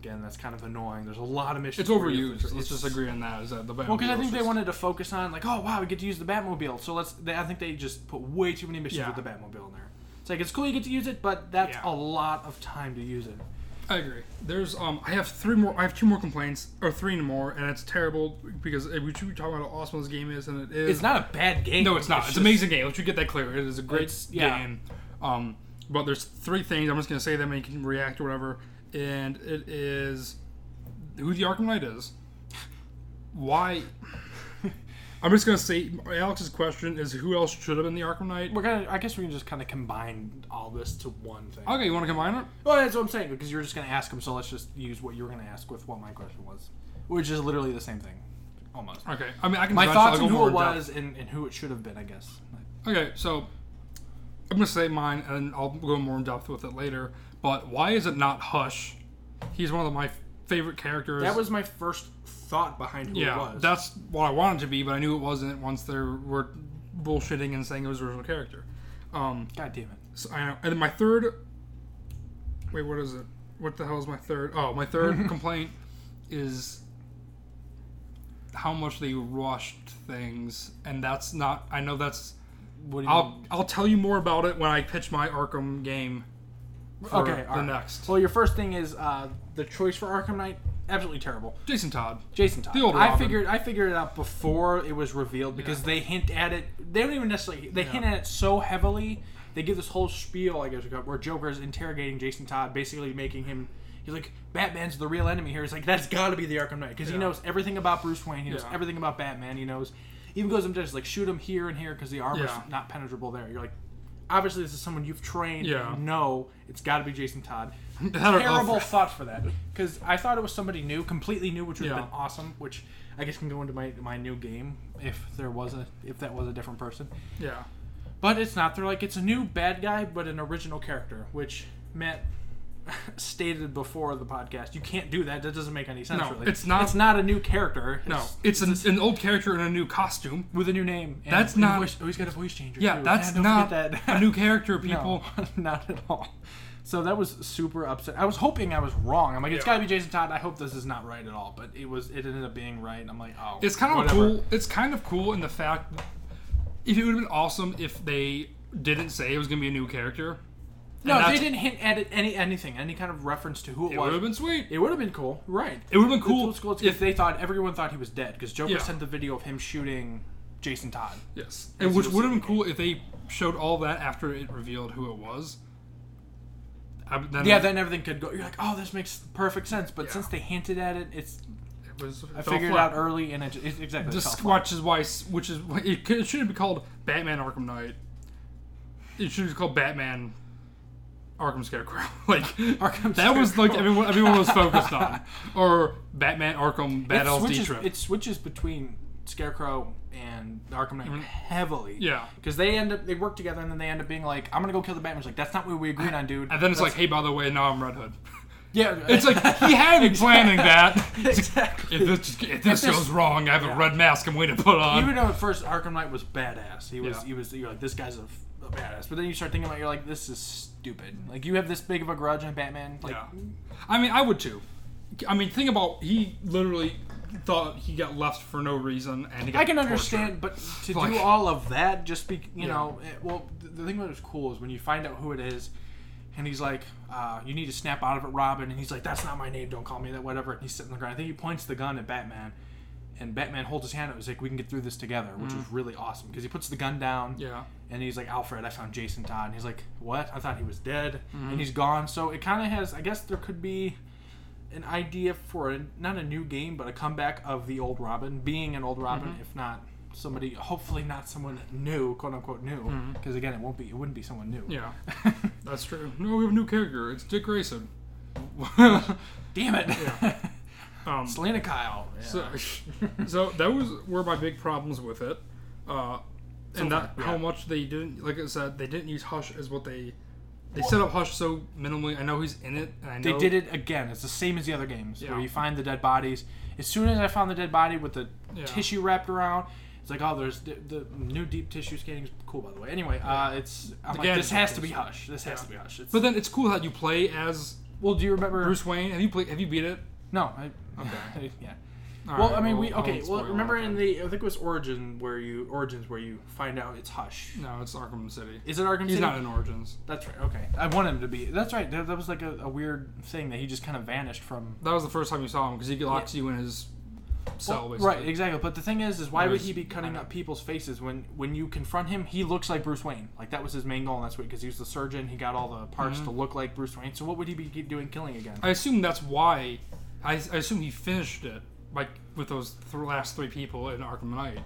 Speaker 2: Again, that's kind of annoying. There's a lot of missions.
Speaker 3: It's
Speaker 2: where you have
Speaker 3: overused.
Speaker 2: to-
Speaker 3: Let's just agree on that. Is that the Batmobile?
Speaker 2: Well, because I think they
Speaker 3: just-
Speaker 2: wanted to focus on like, oh wow, we get to use the Batmobile. So let's. They, I think they just put way too many missions
Speaker 3: Yeah.
Speaker 2: with the Batmobile in there. It's like it's cool you get to use it, but that's
Speaker 3: Yeah.
Speaker 2: a lot of time to use it.
Speaker 3: I agree. There's um, I have three more. I have two more complaints, or three more, and it's terrible because uh, we should talk about how awesome this game is, and it is.
Speaker 2: It's not a bad game.
Speaker 3: No, it's not. It's,
Speaker 2: just-
Speaker 3: an amazing game. Let's you get that clear. It is a great
Speaker 2: It's- yeah.
Speaker 3: game. Um, but there's three things. I'm just gonna say them, and you can react or whatever. And it is who the Arkham Knight is. Why? I'm just gonna say Alex's question is who else should have been the Arkham Knight.
Speaker 2: We're gonna. I guess we can just kind of combine all this to one thing.
Speaker 3: Okay, you want to combine it?
Speaker 2: Well, that's what I'm saying because you were just gonna ask him. So let's just use what you were gonna ask with what my question was, which is literally the same thing, almost.
Speaker 3: Okay. I mean, I can.
Speaker 2: My
Speaker 3: judge, so I'll
Speaker 2: thoughts
Speaker 3: go
Speaker 2: on who
Speaker 3: more
Speaker 2: it
Speaker 3: in depth.
Speaker 2: was and, and who it should have been, I guess.
Speaker 3: Okay, so I'm gonna say mine, and I'll go more in depth with it later. But why is it not Hush? He's one of my favorite characters.
Speaker 2: That was my first thought behind who
Speaker 3: yeah,
Speaker 2: it was.
Speaker 3: that's what I wanted to be, but I knew it wasn't once they were bullshitting and saying it was the original character. Um,
Speaker 2: God damn it.
Speaker 3: so I know, and then my third. Wait, what is it? What the hell is my third? Oh, my third complaint is how much they rushed things, and that's not. I know that's
Speaker 2: What do you
Speaker 3: I'll I'll tell you more about it when I pitch my Arkham game. For
Speaker 2: okay,
Speaker 3: the
Speaker 2: all right.
Speaker 3: next
Speaker 2: Well, your first thing is uh, the choice for Arkham Knight. Absolutely terrible.
Speaker 3: Jason Todd.
Speaker 2: Jason Todd.
Speaker 3: The old
Speaker 2: I
Speaker 3: Robin.
Speaker 2: figured I figured it out before it was revealed because they hint at it. They don't even necessarily they hint at it so heavily. They give this whole spiel, I guess, where Joker's interrogating Jason Todd, basically making him. He's like, Batman's the real enemy here. He's like, that's got to be the Arkham Knight because he
Speaker 3: Yeah.
Speaker 2: knows everything about Bruce Wayne. He knows
Speaker 3: Yeah.
Speaker 2: everything about Batman. He knows. Even goes up to just like shoot him here and here because the armor's
Speaker 3: Yeah.
Speaker 2: not penetrable there. You're like, obviously this is someone you've trained.
Speaker 3: Yeah.
Speaker 2: You know it's got to be Jason Todd.
Speaker 3: Had an
Speaker 2: Terrible
Speaker 3: offer.
Speaker 2: thought for that because I thought it was somebody new, completely new, which would have
Speaker 3: Yeah.
Speaker 2: been awesome. Which I guess can go into my my new game if there was a if that was a different person.
Speaker 3: Yeah.
Speaker 2: But it's not. They're like it's a new bad guy, but an original character, which Matt stated before the podcast. You can't do that. That doesn't make any sense.
Speaker 3: No,
Speaker 2: really.
Speaker 3: it's not-
Speaker 2: It's not a new character.
Speaker 3: No,
Speaker 2: It's-
Speaker 3: it's an, an old character in a new costume.
Speaker 2: with a new name. and-
Speaker 3: That's
Speaker 2: and
Speaker 3: not-
Speaker 2: Voice, oh, he's got a voice changer.
Speaker 3: Yeah,
Speaker 2: too.
Speaker 3: that's
Speaker 2: don't
Speaker 3: not
Speaker 2: forget
Speaker 3: a new character. People.
Speaker 2: no, not at all. So that was super upset. I was hoping I was wrong. I'm like, it's
Speaker 3: Yeah.
Speaker 2: got to be Jason Todd. I hope this is not right at all. But it was. It ended up being right. and I'm like, oh,
Speaker 3: It's kind of
Speaker 2: whatever.
Speaker 3: cool. It's kind of cool in the fact if it would have been awesome if they didn't say it was gonna be a new character.
Speaker 2: No, if
Speaker 3: that's-
Speaker 2: they didn't hint at it, any anything, any kind of reference to who it,
Speaker 3: It would
Speaker 2: was.
Speaker 3: have been sweet.
Speaker 2: it would have been cool, right?
Speaker 3: It would have been
Speaker 2: It's-
Speaker 3: cool
Speaker 2: it's cool. if
Speaker 3: if
Speaker 2: they thought everyone thought he was dead because Joker
Speaker 3: Yeah.
Speaker 2: sent the video of him shooting Jason Todd.
Speaker 3: Yes, and
Speaker 2: It's
Speaker 3: which
Speaker 2: just
Speaker 3: would have
Speaker 2: a
Speaker 3: been cool if they showed all that after it revealed who it was. I, then
Speaker 2: Yeah, then everything could go. You're like, oh, this makes perfect sense. But
Speaker 3: Yeah.
Speaker 2: since they hinted at it, it's
Speaker 3: was
Speaker 2: I figured it out early, and it, ju- it exactly. it fell
Speaker 3: Just
Speaker 2: flat.
Speaker 3: watch is why, which is why- it, could- it shouldn't be called Batman Arkham Knight. It should be called Batman Arkham Scarecrow. like
Speaker 2: Arkham
Speaker 3: that was like
Speaker 2: Scarecrow.
Speaker 3: everyone everyone was focused on, or Batman Arkham Bad
Speaker 2: it
Speaker 3: LSD
Speaker 2: switches,
Speaker 3: Trip.
Speaker 2: it switches between Scarecrow and the Arkham Knight heavily.
Speaker 3: Mm-hmm. Yeah.
Speaker 2: because they end up they work together, and then they end up being like, "I'm gonna go kill the Batman." It's like that's not what we agreed on, dude.
Speaker 3: and then it's like, hey, by the way, now I'm Red Hood.
Speaker 2: yeah,
Speaker 3: It's like he had been planning that.
Speaker 2: exactly.
Speaker 3: If this, if this
Speaker 2: this-
Speaker 3: goes wrong, I have a red mask I'm going to put on.
Speaker 2: Even though at first Arkham Knight was badass, he was
Speaker 3: Yeah.
Speaker 2: he was you're like this guy's a, f- a badass, but then you start thinking about it, you're like this is stupid. Like you have this big of a grudge on Batman. Like
Speaker 3: Yeah. I mean, I would too. I mean, think about he literally thought he got left for no reason, and he got
Speaker 2: I can
Speaker 3: tortured.
Speaker 2: understand, but to
Speaker 3: Like-
Speaker 2: do all of that, just be you know, it, well, th- the thing that was cool is when you find out who it is, and he's like, uh, "You need to snap out of it, Robin," and he's like, "That's not my name. Don't call me that. Whatever." And he's sitting on the ground. I think he points the gun at Batman, and Batman holds his hand. out. He's like, "We can get through this together," which is really awesome because he puts the gun down.
Speaker 3: Mm. Yeah.
Speaker 2: And he's like, Alfred, I found Jason Todd. And he's like, What? I thought he was dead.
Speaker 3: Mm-hmm.
Speaker 2: And he's gone. So it kind of has, I guess there could be an idea for a, not a new game, but a comeback of the old Robin, being an old Robin,
Speaker 3: Mm-hmm.
Speaker 2: if not somebody, hopefully not someone new, quote unquote new. Because again, it won't be, it wouldn't be someone new.
Speaker 3: Mm-hmm. Yeah, that's true. No, we have a new character. It's Dick Grayson.
Speaker 2: Damn it.
Speaker 3: Um,
Speaker 2: Selena Kyle. Yeah.
Speaker 3: so, so that was were my big problems with it, uh, and that
Speaker 2: far,
Speaker 3: how
Speaker 2: yeah.
Speaker 3: much they didn't like I said they didn't use Hush as what they they set up Hush so minimally. I know he's in it, and I
Speaker 2: They
Speaker 3: know
Speaker 2: did it again. It's the same as the other games
Speaker 3: Yeah.
Speaker 2: where you find the dead bodies. As soon as I found the dead body with the
Speaker 3: Yeah.
Speaker 2: tissue wrapped around, it's like, oh, there's the, the new deep tissue scanning is cool, by the way. Anyway, uh, it's I'm like,
Speaker 3: Again,
Speaker 2: this
Speaker 3: it's
Speaker 2: has
Speaker 3: like
Speaker 2: to be
Speaker 3: this.
Speaker 2: hush. This has to be hush. It's,
Speaker 3: But then it's cool how you play as
Speaker 2: well, do you remember?
Speaker 3: Bruce Wayne. Have you played? Have you beat it?
Speaker 2: No, I, okay, yeah.
Speaker 3: All
Speaker 2: well,
Speaker 3: right,
Speaker 2: I mean, we
Speaker 3: I'll-
Speaker 2: okay.
Speaker 3: I'll
Speaker 2: Well,
Speaker 3: spoil
Speaker 2: remember
Speaker 3: it.
Speaker 2: in the I think it was Origin where you Origins where you find out it's hush.
Speaker 3: No, it's Arkham City.
Speaker 2: Is it Arkham
Speaker 3: He's
Speaker 2: City?
Speaker 3: not in Origins.
Speaker 2: That's right. Okay, I want him to be. That's right. That, that was like a, a weird thing that he just kind of vanished from.
Speaker 3: That was the first time you saw him because he locks you in his cell, basically.
Speaker 2: Right, exactly. But the thing is, is why would
Speaker 3: was-
Speaker 2: he be cutting up people's faces when when you confront him? He looks like Bruce Wayne. Like that was his main goal, and that's what because he was the surgeon. He got all the parts to look like Bruce Wayne. So what would he be ke- doing killing again?
Speaker 3: I assume that's why. I, I assume he finished it like with those th- last three people in Arkham Knight.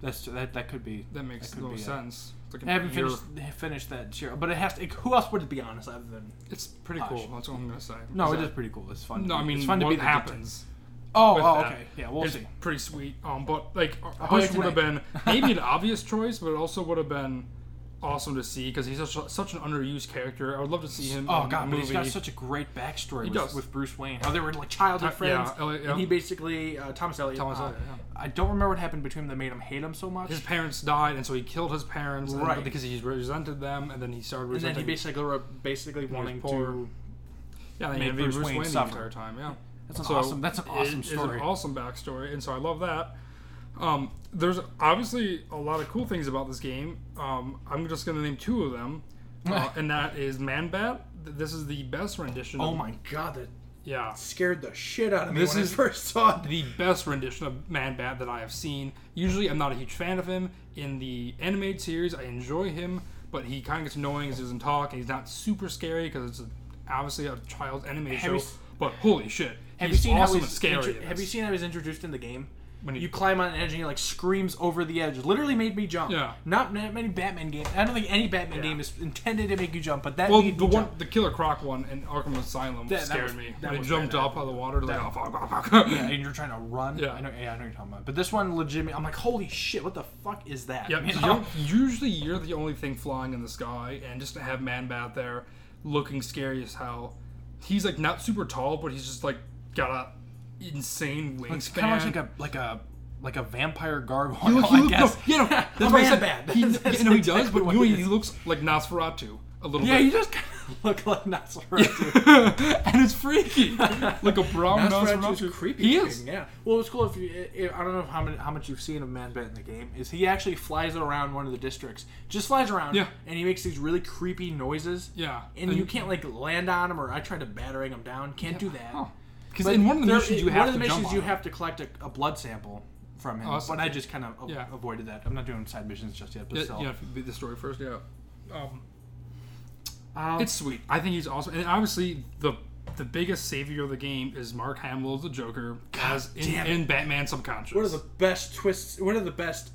Speaker 2: That's that that could be.
Speaker 3: That makes
Speaker 2: could
Speaker 3: no
Speaker 2: be it.
Speaker 3: sense. It's like
Speaker 2: I haven't
Speaker 3: you're-
Speaker 2: finished finished that serial, but it has to. Who else would it be honest other than?
Speaker 3: It's pretty
Speaker 2: Hush.
Speaker 3: cool. That's what I'm gonna say.
Speaker 2: No,
Speaker 3: Is
Speaker 2: it
Speaker 3: that-
Speaker 2: is pretty cool. It's fun.
Speaker 3: No, I mean,
Speaker 2: it's fun to
Speaker 3: what
Speaker 2: be the detective.
Speaker 3: happens.
Speaker 2: Oh,
Speaker 3: with
Speaker 2: oh,
Speaker 3: that
Speaker 2: okay. Yeah, we'll
Speaker 3: is
Speaker 2: see.
Speaker 3: Pretty sweet. Um, but like
Speaker 2: play
Speaker 3: Hush
Speaker 2: it
Speaker 3: would have been
Speaker 2: tonight.
Speaker 3: maybe an obvious choice, but it also would have been awesome to see because he's such, such an underused character. I would love to see him.
Speaker 2: Oh
Speaker 3: in
Speaker 2: god,
Speaker 3: a
Speaker 2: but
Speaker 3: movie.
Speaker 2: he's got such a great backstory with,
Speaker 3: does.
Speaker 2: with Bruce Wayne. How they were like childhood
Speaker 3: Uh,
Speaker 2: friends,
Speaker 3: yeah, Elliot, yeah.
Speaker 2: and he basically uh, Thomas Elliot.
Speaker 3: Thomas
Speaker 2: uh,
Speaker 3: Elliot, yeah.
Speaker 2: I don't remember what happened between them that made him hate him so much.
Speaker 3: his parents died, and so he killed his parents, and-
Speaker 2: Right.
Speaker 3: because he resented them, and then he started
Speaker 2: and then
Speaker 3: resenting.
Speaker 2: he basically grew up basically wanting
Speaker 3: poor.
Speaker 2: to.
Speaker 3: yeah, then he
Speaker 2: made
Speaker 3: envied
Speaker 2: Bruce
Speaker 3: Bruce
Speaker 2: Wayne
Speaker 3: Wayne, the
Speaker 2: suffer.
Speaker 3: entire time. Yeah,
Speaker 2: That's an
Speaker 3: So,
Speaker 2: awesome. That's an
Speaker 3: it
Speaker 2: awesome
Speaker 3: is
Speaker 2: story.
Speaker 3: an awesome backstory, and so I love that. Um, there's obviously a lot of cool things about this game. Um, I'm just gonna name two of them, uh, and that is Man Bat. Th- This is the best rendition.
Speaker 2: oh
Speaker 3: of,
Speaker 2: my god, that
Speaker 3: Yeah,
Speaker 2: scared the shit out of me
Speaker 3: This
Speaker 2: when
Speaker 3: is-
Speaker 2: I first saw it.
Speaker 3: the best rendition of Man Bat that I have seen. Usually, I'm not a huge fan of him. In the animated series, I enjoy him, but he kind of gets annoying because he doesn't talk and he's not super scary because it's obviously a child's animated
Speaker 2: Have
Speaker 3: show.
Speaker 2: you s-
Speaker 3: but holy shit,
Speaker 2: Have you
Speaker 3: he's
Speaker 2: seen
Speaker 3: awesome
Speaker 2: how
Speaker 3: and
Speaker 2: he's
Speaker 3: scary.
Speaker 2: intro-
Speaker 3: in
Speaker 2: have
Speaker 3: this.
Speaker 2: you seen how he's introduced in the game?
Speaker 3: When he-
Speaker 2: you climb on an edge and he like screams over the edge. Literally made me jump.
Speaker 3: Yeah.
Speaker 2: Not, not many Batman games. I don't think any Batman
Speaker 3: Yeah.
Speaker 2: game is intended to make you jump, but that
Speaker 3: Well,
Speaker 2: made
Speaker 3: the
Speaker 2: me
Speaker 3: one,
Speaker 2: jump.
Speaker 3: the Killer Croc one in Arkham Asylum
Speaker 2: That- that
Speaker 3: scared
Speaker 2: was-
Speaker 3: me.
Speaker 2: that
Speaker 3: When he
Speaker 2: was
Speaker 3: jumped
Speaker 2: bad.
Speaker 3: up out of the water, like, oh, fuck, fuck, fuck.
Speaker 2: Yeah, and you're trying to run.
Speaker 3: Yeah.
Speaker 2: I know. Yeah, I know what you're talking about. But this one, legitimately, I'm like, holy shit, what the fuck is that?
Speaker 3: Yep.
Speaker 2: You
Speaker 3: so
Speaker 2: know?
Speaker 3: you're- usually you're the only thing flying in the sky, and just to have Man Bat there looking scary as hell. He's like not super tall, but he's just like got a insane wingspan.
Speaker 2: It's kind of like a like a like a vampire gargoyle.
Speaker 3: He look- he
Speaker 2: I
Speaker 3: look- no,
Speaker 2: guess.
Speaker 3: yeah, no, that's
Speaker 2: The
Speaker 3: what I
Speaker 2: man
Speaker 3: said.
Speaker 2: bat.
Speaker 3: He,
Speaker 2: That's
Speaker 3: yeah, no, he does,
Speaker 2: exactly
Speaker 3: but
Speaker 2: what
Speaker 3: you know,
Speaker 2: it
Speaker 3: he
Speaker 2: is.
Speaker 3: looks like Nosferatu a little
Speaker 2: Yeah,
Speaker 3: bit.
Speaker 2: you just kind of look like Nosferatu.
Speaker 3: and it's freaky, like a brown
Speaker 2: Nosferatu's
Speaker 3: Nosferatu.
Speaker 2: creepy.
Speaker 3: He
Speaker 2: looking,
Speaker 3: is.
Speaker 2: Yeah. Well, it's cool if you. i I I don't know how many, how much you've seen of Man Bat in the game. Is he actually flies around one of the districts? Just flies around.
Speaker 3: Yeah.
Speaker 2: And he makes these really creepy noises.
Speaker 3: Yeah.
Speaker 2: And, you can't like land on him, or I tried to battering him down. Can't do that.
Speaker 3: Because in one of the
Speaker 2: There-
Speaker 3: missions you
Speaker 2: one
Speaker 3: have
Speaker 2: of the
Speaker 3: to jump
Speaker 2: missions
Speaker 3: on
Speaker 2: you
Speaker 3: him.
Speaker 2: have to collect a, a blood sample from him.
Speaker 3: Awesome.
Speaker 2: But I just kind of
Speaker 3: Yeah.
Speaker 2: avoided that. I'm not doing side missions just yet. But
Speaker 3: Yeah,
Speaker 2: still.
Speaker 3: you have to beat the story first. Yeah. Um,
Speaker 2: Um,
Speaker 3: it's sweet. I think he's awesome, and obviously the the biggest savior of the game is Mark Hamill as the Joker, as in,
Speaker 2: damn it.
Speaker 3: in Batman Subconscious.
Speaker 2: One of the best twists. One of the best.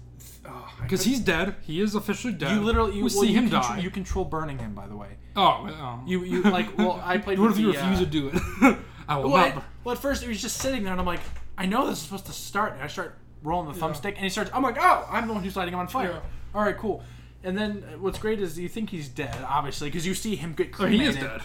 Speaker 2: Oh, I
Speaker 3: Because he's dead. He is officially dead.
Speaker 2: You literally you,
Speaker 3: we
Speaker 2: well,
Speaker 3: see
Speaker 2: you
Speaker 3: him
Speaker 2: contr-
Speaker 3: die.
Speaker 2: You control burning him, by the way.
Speaker 3: oh, well, oh.
Speaker 2: You you like well I played.
Speaker 3: What
Speaker 2: with
Speaker 3: if you
Speaker 2: the,
Speaker 3: refuse
Speaker 2: uh,
Speaker 3: to do it? I will
Speaker 2: Well, I-
Speaker 3: not.
Speaker 2: well, at first it was just sitting there, and I'm like, I know this is supposed to start, and I start rolling the thumbstick, and he starts. I'm like, oh, I'm the one who's lighting him on fire.
Speaker 3: Yeah.
Speaker 2: All right, cool. And then uh, what's great is you think he's dead, obviously, because you see him get
Speaker 3: Oh,
Speaker 2: cremated.
Speaker 3: he is dead.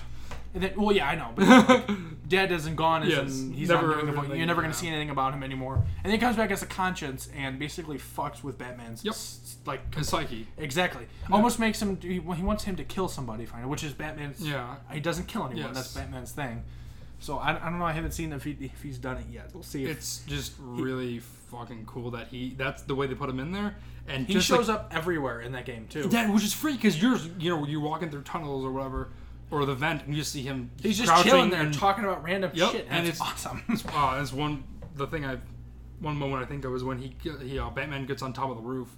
Speaker 2: And then, well, yeah, I know, but like, dead isn't gone. Yes,
Speaker 3: Yes,
Speaker 2: he's
Speaker 3: never
Speaker 2: not doing the
Speaker 3: really
Speaker 2: vo-
Speaker 3: like-
Speaker 2: You're never gonna
Speaker 3: yeah.
Speaker 2: see anything about him anymore. And then he comes back as a conscience and basically fucks with Batman's
Speaker 3: Yep.
Speaker 2: s- like
Speaker 3: His psyche.
Speaker 2: exactly. Almost makes him. He, he wants him to kill somebody, finally, which is Batman's.
Speaker 3: Yeah.
Speaker 2: He doesn't kill anyone.
Speaker 3: Yes.
Speaker 2: That's Batman's thing. So I, I don't know. I haven't seen if he if he's done it yet. We'll see. If
Speaker 3: It's just really fucking cool that he. That's the way they put him in there, and
Speaker 2: he
Speaker 3: just
Speaker 2: shows
Speaker 3: like,
Speaker 2: up everywhere in that game too.
Speaker 3: That which is free because you're you know you're walking through tunnels or whatever, or the vent, and you see him.
Speaker 2: He's just
Speaker 3: crouching
Speaker 2: chilling there
Speaker 3: and
Speaker 2: talking about random
Speaker 3: Yep,
Speaker 2: shit, and,
Speaker 3: and
Speaker 2: it's,
Speaker 3: it's-
Speaker 2: awesome.
Speaker 3: Uh, that's one the thing I, one moment I think of is when he he uh, Batman gets on top of the roof,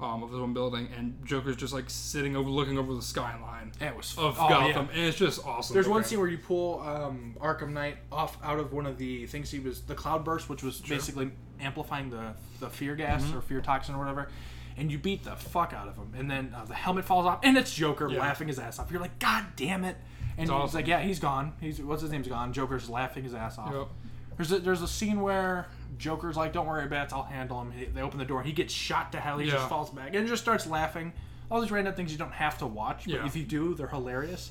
Speaker 3: um, of this one building, and Joker's just like sitting over looking over the skyline
Speaker 2: It was
Speaker 3: of
Speaker 2: oh, yeah.
Speaker 3: Gotham, and it's just awesome.
Speaker 2: There's one
Speaker 3: Okay.
Speaker 2: scene where you pull um, Arkham Knight off out of one of the things he was the cloud burst, which was basically amplifying the the fear gas
Speaker 3: Mm-hmm.
Speaker 2: or fear toxin or whatever, and you beat the fuck out of him. And then uh, the helmet falls off, and it's Joker laughing his ass off. You're like, God damn it! And he's
Speaker 3: awesome.
Speaker 2: like, Yeah, he's gone. He's what's his name's gone. Joker's laughing his ass off.
Speaker 3: Yep.
Speaker 2: There's a, there's a scene where Joker's like, "Don't worry about it, I'll handle him." He, they open the door, he gets shot to hell. He
Speaker 3: Yeah.
Speaker 2: just falls back and just starts laughing. All these random things you don't have to watch, but
Speaker 3: Yeah.
Speaker 2: if you do, they're hilarious.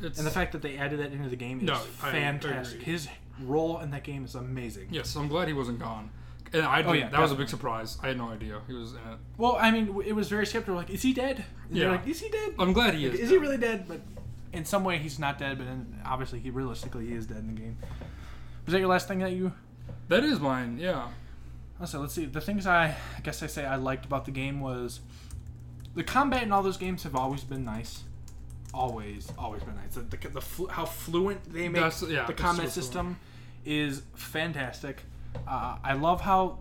Speaker 3: It's,
Speaker 2: And the fact that they added that into the game is
Speaker 3: No, I
Speaker 2: fantastic.
Speaker 3: agree.
Speaker 2: His role in that game is amazing.
Speaker 3: yes, I'm glad he wasn't gone. And I did,
Speaker 2: Oh, yeah,
Speaker 3: that was a big
Speaker 2: definitely.
Speaker 3: surprise. I had no idea he was in it.
Speaker 2: Well, I mean, it was very skeptical. Like, is he dead? And they're
Speaker 3: Yeah.
Speaker 2: Like, is he dead?
Speaker 3: I'm glad he is.
Speaker 2: is he really dead? But in some way, he's not dead. But in, obviously, he realistically he is dead in the game. Was that your last thing that you?
Speaker 3: That is mine. Yeah.
Speaker 2: Also, let's see. The things I, I guess I say I liked about the game was the combat in all those games have always been nice. Always, always been nice. The, the, the flu- how fluent they make
Speaker 3: That's- yeah,
Speaker 2: the
Speaker 3: it's
Speaker 2: combat
Speaker 3: so
Speaker 2: system is fantastic. Uh, I love how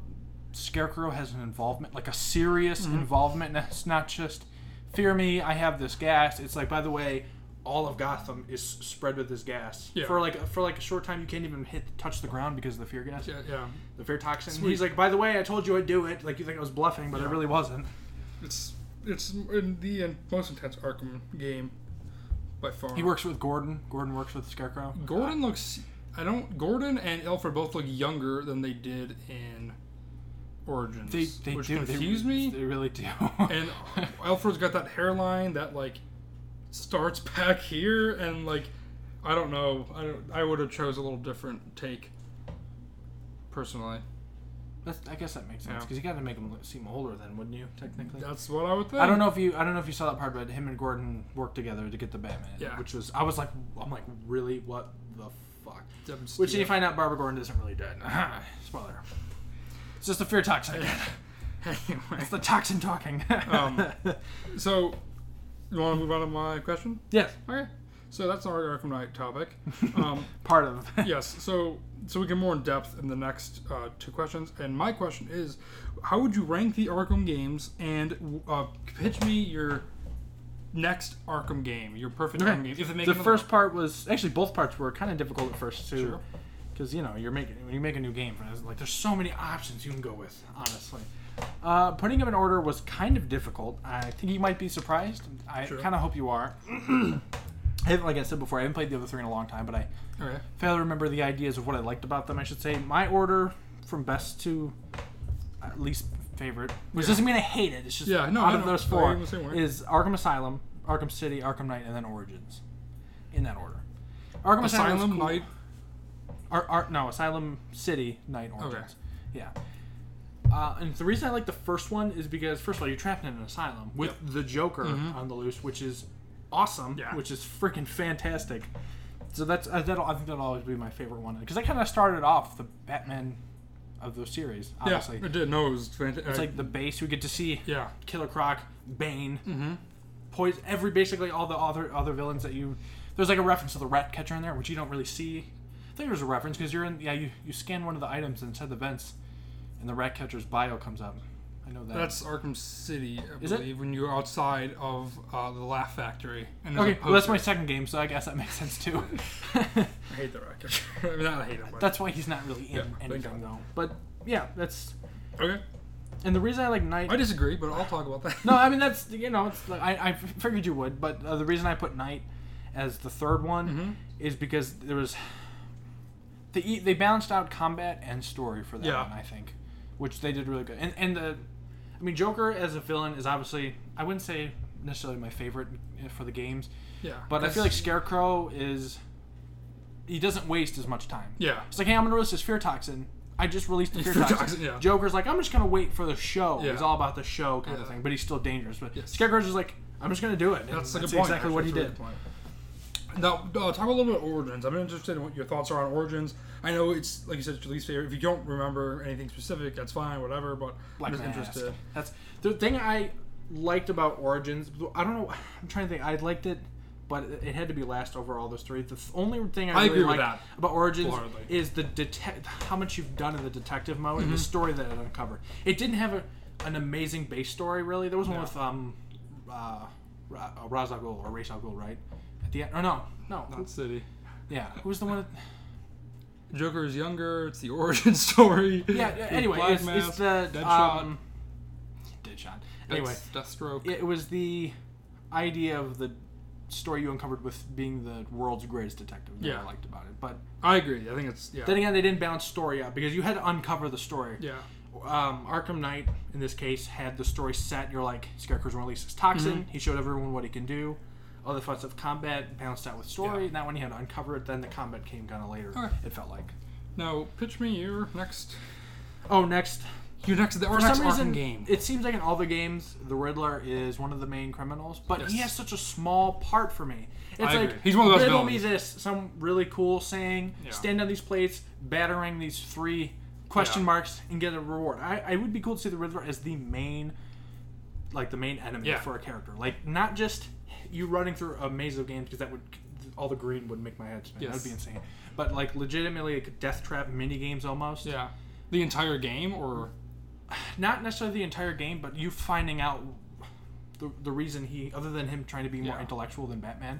Speaker 2: Scarecrow has an involvement, like a serious
Speaker 3: Mm-hmm.
Speaker 2: involvement. And it's not just fear me, I have this gas. It's like, by the way, all of Gotham is spread with this gas.
Speaker 3: Yeah.
Speaker 2: For like for like a short time, you can't even hit touch the ground because of the fear gas
Speaker 3: Yeah. Yeah.
Speaker 2: the fear toxin. He's like, by the way, I told you I'd do it. Like you think I was bluffing, but I really wasn't.
Speaker 3: It's it's in the in- most intense Arkham game by far. Uh,
Speaker 2: He works with Gordon. Gordon works with Scarecrow.
Speaker 3: Gordon looks. I don't. Gordon and Alfred both look younger than they did in Origins,
Speaker 2: They they
Speaker 3: which
Speaker 2: do. They-
Speaker 3: confused me.
Speaker 2: They really do.
Speaker 3: and Alfred's got that hairline that like starts back here, and like I don't know. I don't, I would have chose a little different take. Personally,
Speaker 2: That's, I guess that makes sense
Speaker 3: Yeah.
Speaker 2: because you got to make him look, seem older then, wouldn't you? Technically.
Speaker 3: that's what I would think.
Speaker 2: I don't know if you I don't know if you saw that part, but him and Gordon worked together to get the Batman.
Speaker 3: Yeah.
Speaker 2: Which was I was like I'm like really what the fuck.
Speaker 3: I'm
Speaker 2: Which then you
Speaker 3: still-
Speaker 2: find out Barbara Gordon isn't really dead. Spoiler. It's just the fear toxin. again.
Speaker 3: anyway.
Speaker 2: it's the toxin talking.
Speaker 3: Um, So, you want to move on to my question?
Speaker 2: yes.
Speaker 3: Okay. So that's our Arkham Knight topic. Um,
Speaker 2: Part of.
Speaker 3: yes. So so we get more in depth in the next uh, two questions. And my question is, how would you rank the Arkham games? And uh, pitch me your next Arkham game, your perfect Arkham game. If it makes
Speaker 2: the first part was actually both parts were kind of difficult at first too,
Speaker 3: Sure.
Speaker 2: because you know you're making when you make a new game, it's like there's so many options you can go with. Honestly, uh, putting them in order was kind of difficult. I think you might be surprised. I
Speaker 3: Sure.
Speaker 2: kind of hope you are. I haven't, like I said before, I haven't played the other three in a long time, but I
Speaker 3: okay.
Speaker 2: fail to remember the ideas of what I liked about them. I should say my order from best to uh, least favorite, which doesn't mean I hate it. It's just
Speaker 3: Yeah, no, I
Speaker 2: out of
Speaker 3: know.
Speaker 2: those
Speaker 3: I
Speaker 2: four
Speaker 3: am the same way.
Speaker 2: is Arkham Asylum, Arkham City, Arkham Knight, and then Origins, in that order. Arkham Asylum,
Speaker 3: Asylum
Speaker 2: cool.
Speaker 3: Knight.
Speaker 2: Ar- Ar- no Asylum City Knight Origins. Yeah. Uh, and the reason I like the first one is because first of all you're trapped in an asylum with the Joker on the loose, which is awesome,
Speaker 3: Mm-hmm. Yeah.
Speaker 2: which is freaking fantastic. So that's uh, that'll I think that'll always be my favorite one because I kind of started off the Batman of the series.
Speaker 3: Yeah,
Speaker 2: Obviously,
Speaker 3: it did. No, it was fantastic.
Speaker 2: it's like the base we get to see
Speaker 3: yeah,
Speaker 2: Killer Croc, Bane,
Speaker 3: Mm-hmm.
Speaker 2: Poison, every basically all the other other villains that you. There's like a reference to the rat catcher in there, which you don't really see. I think there's a reference because you're in. Yeah, you you scan one of the items inside the vents, and the rat catcher's bio comes up. I know that.
Speaker 3: That's Arkham City, I
Speaker 2: Is it?
Speaker 3: believe, when you're outside of uh, the Laugh Factory. And there's a
Speaker 2: okay. Well, that's my
Speaker 3: poster.
Speaker 2: second game, so I guess that makes sense too.
Speaker 3: I hate the Rocket. I mean, not I hate it, but.
Speaker 2: that's why he's not really in
Speaker 3: Yeah, thank
Speaker 2: anything
Speaker 3: God.
Speaker 2: though. But yeah, that's
Speaker 3: okay.
Speaker 2: and the reason I like Night.
Speaker 3: I disagree, but I'll talk about that.
Speaker 2: No, I mean that's you know it's like, I I figured you would, but uh, the reason I put Knight as the third one
Speaker 3: Mm-hmm.
Speaker 2: is because there was they e- they balanced out combat and story for that
Speaker 3: Yeah.
Speaker 2: one I think, which they did really good. And and the I mean Joker as a villain is obviously I wouldn't say necessarily my favorite eh, for the games,
Speaker 3: Yeah.
Speaker 2: but I
Speaker 3: that's-
Speaker 2: feel like Scarecrow is he doesn't waste as much time.
Speaker 3: Yeah.
Speaker 2: It's like, hey, I'm gonna release this fear toxin. I just released the fear,
Speaker 3: Fear
Speaker 2: toxin.
Speaker 3: toxin, yeah.
Speaker 2: Joker's like, I'm just gonna wait for the show.
Speaker 3: Yeah.
Speaker 2: He's all about the show kind of
Speaker 3: Yeah.
Speaker 2: thing, but he's still dangerous. But
Speaker 3: Yes.
Speaker 2: Scarecrow's just like, I'm just gonna do it. and
Speaker 3: That's, a good point.
Speaker 2: exactly
Speaker 3: actually.
Speaker 2: what he
Speaker 3: That's a
Speaker 2: did.
Speaker 3: really good point. Now, uh, talk a little bit about Origins. I'm interested in what your thoughts are on Origins. I know it's, like you said, it's your least favorite. If you don't remember anything specific, that's fine, whatever, but
Speaker 2: Black
Speaker 3: I'm just
Speaker 2: Mask.
Speaker 3: interested.
Speaker 2: That's the thing I liked about Origins. I don't know. I'm trying to think. I liked it, but it- it had to be last over all those three. The th- only thing I,
Speaker 3: I
Speaker 2: really
Speaker 3: agree with
Speaker 2: liked
Speaker 3: that,
Speaker 2: about Origins
Speaker 3: wholeheartedly. Mm-hmm.
Speaker 2: is the detect how much you've done in the detective mode and the story that it uncovered. It didn't have a, an amazing base story really. There was one with um, uh, Ra- uh, Ra's al Ghul or Ra's al Ghul, right? At the end, or no, no, who-
Speaker 3: City.
Speaker 2: yeah. Who was the one? That,
Speaker 3: Joker is younger. It's the origin story.
Speaker 2: yeah. yeah, Anyway,
Speaker 3: Black
Speaker 2: it's, it's
Speaker 3: Mask,
Speaker 2: the
Speaker 3: Deadshot.
Speaker 2: um, Deadshot. Anyway,
Speaker 3: That's Deathstroke.
Speaker 2: it was the idea of the story you uncovered with being the world's greatest detective that
Speaker 3: Yeah.
Speaker 2: I liked about it. But
Speaker 3: I agree. I think it's yeah.
Speaker 2: then again, they didn't balance story out because you had to uncover the story.
Speaker 3: yeah.
Speaker 2: Um, Arkham Knight, in this case, had the story set. You're like, Scarecrow's going to release his toxin.
Speaker 3: Mm-hmm.
Speaker 2: He showed everyone what he can do. Other parts of combat balanced out with story.
Speaker 3: Yeah.
Speaker 2: And that one, you had to uncover it. Then the combat came kind of later,
Speaker 3: Okay.
Speaker 2: it felt like.
Speaker 3: Now pitch me your next.
Speaker 2: Oh, next.
Speaker 3: Your next. Our
Speaker 2: For
Speaker 3: next
Speaker 2: some
Speaker 3: Arkham
Speaker 2: reason,
Speaker 3: game.
Speaker 2: it seems like in all the games, the Riddler is one of the main criminals, but he
Speaker 3: Yes.
Speaker 2: has such a small part for me. It's
Speaker 3: I
Speaker 2: like
Speaker 3: agree. He's one of those
Speaker 2: riddle me
Speaker 3: villains."
Speaker 2: this, some really cool saying,
Speaker 3: Yeah.
Speaker 2: stand on these plates, battering these three question
Speaker 3: Yeah.
Speaker 2: marks, and get a reward. I, I would be cool to see the Riddler as the main, like the main enemy
Speaker 3: Yeah.
Speaker 2: for a character, like not just you running through a maze of games because that would all the green would make my head spin. That
Speaker 3: Yes.
Speaker 2: would be insane. But like legitimately, like death trap mini games almost
Speaker 3: yeah. The entire game, or
Speaker 2: not necessarily the entire game, but you finding out the, the reason he, other than him trying to be more
Speaker 3: Yeah.
Speaker 2: intellectual than Batman.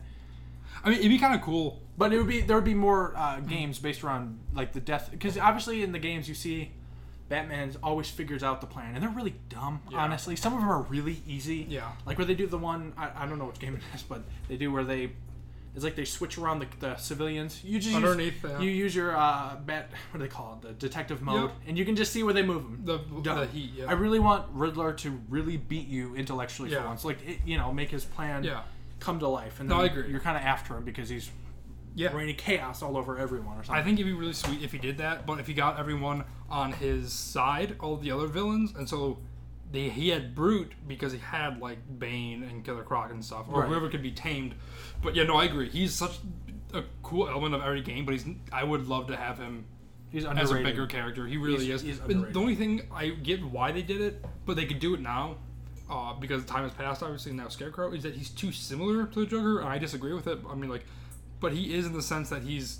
Speaker 3: I mean, it'd be kind of cool.
Speaker 2: But it would be there would be more uh,
Speaker 3: Mm-hmm.
Speaker 2: games based around like the death, because obviously in the games you see Batman's always figures out the plan, and they're really dumb. Honestly, some of them are really easy.
Speaker 3: Yeah.
Speaker 2: like where they do the one I, I don't know which game it is, but they do where they. It's like they switch around the, the civilians. You just
Speaker 3: Underneath,
Speaker 2: use,
Speaker 3: yeah.
Speaker 2: you use your uh, bat. What do they call it? The detective mode,
Speaker 3: Yep.
Speaker 2: and you can just see where they move them.
Speaker 3: The,
Speaker 2: Duh.
Speaker 3: the heat. Yeah.
Speaker 2: I really want Riddler to really beat you intellectually for
Speaker 3: Yeah.
Speaker 2: once. Like, it, you know, make his plan
Speaker 3: yeah.
Speaker 2: come to life. And
Speaker 3: No,
Speaker 2: then
Speaker 3: I agree.
Speaker 2: you're kind of after him because he's
Speaker 3: Yeah.
Speaker 2: raining chaos all over everyone or something.
Speaker 3: I think it'd be really sweet if he did that, but if he got everyone on his side, all the other villains, and so they, he had Brute because he had like Bane and Killer Croc and stuff, or
Speaker 2: Right.
Speaker 3: whoever could be tamed. But yeah, no, I agree. He's such a cool element of every game, but he's I would love to have him
Speaker 2: he's
Speaker 3: as
Speaker 2: underrated.
Speaker 3: a bigger character. He really
Speaker 2: He's-
Speaker 3: is.
Speaker 2: he's
Speaker 3: And
Speaker 2: underrated.
Speaker 3: the only thing I get why they did it, but they could do it now. Uh, because time has passed, obviously and now Scarecrow is that he's too similar to the Joker, and I disagree with it. I mean, like, but he is in the sense that he's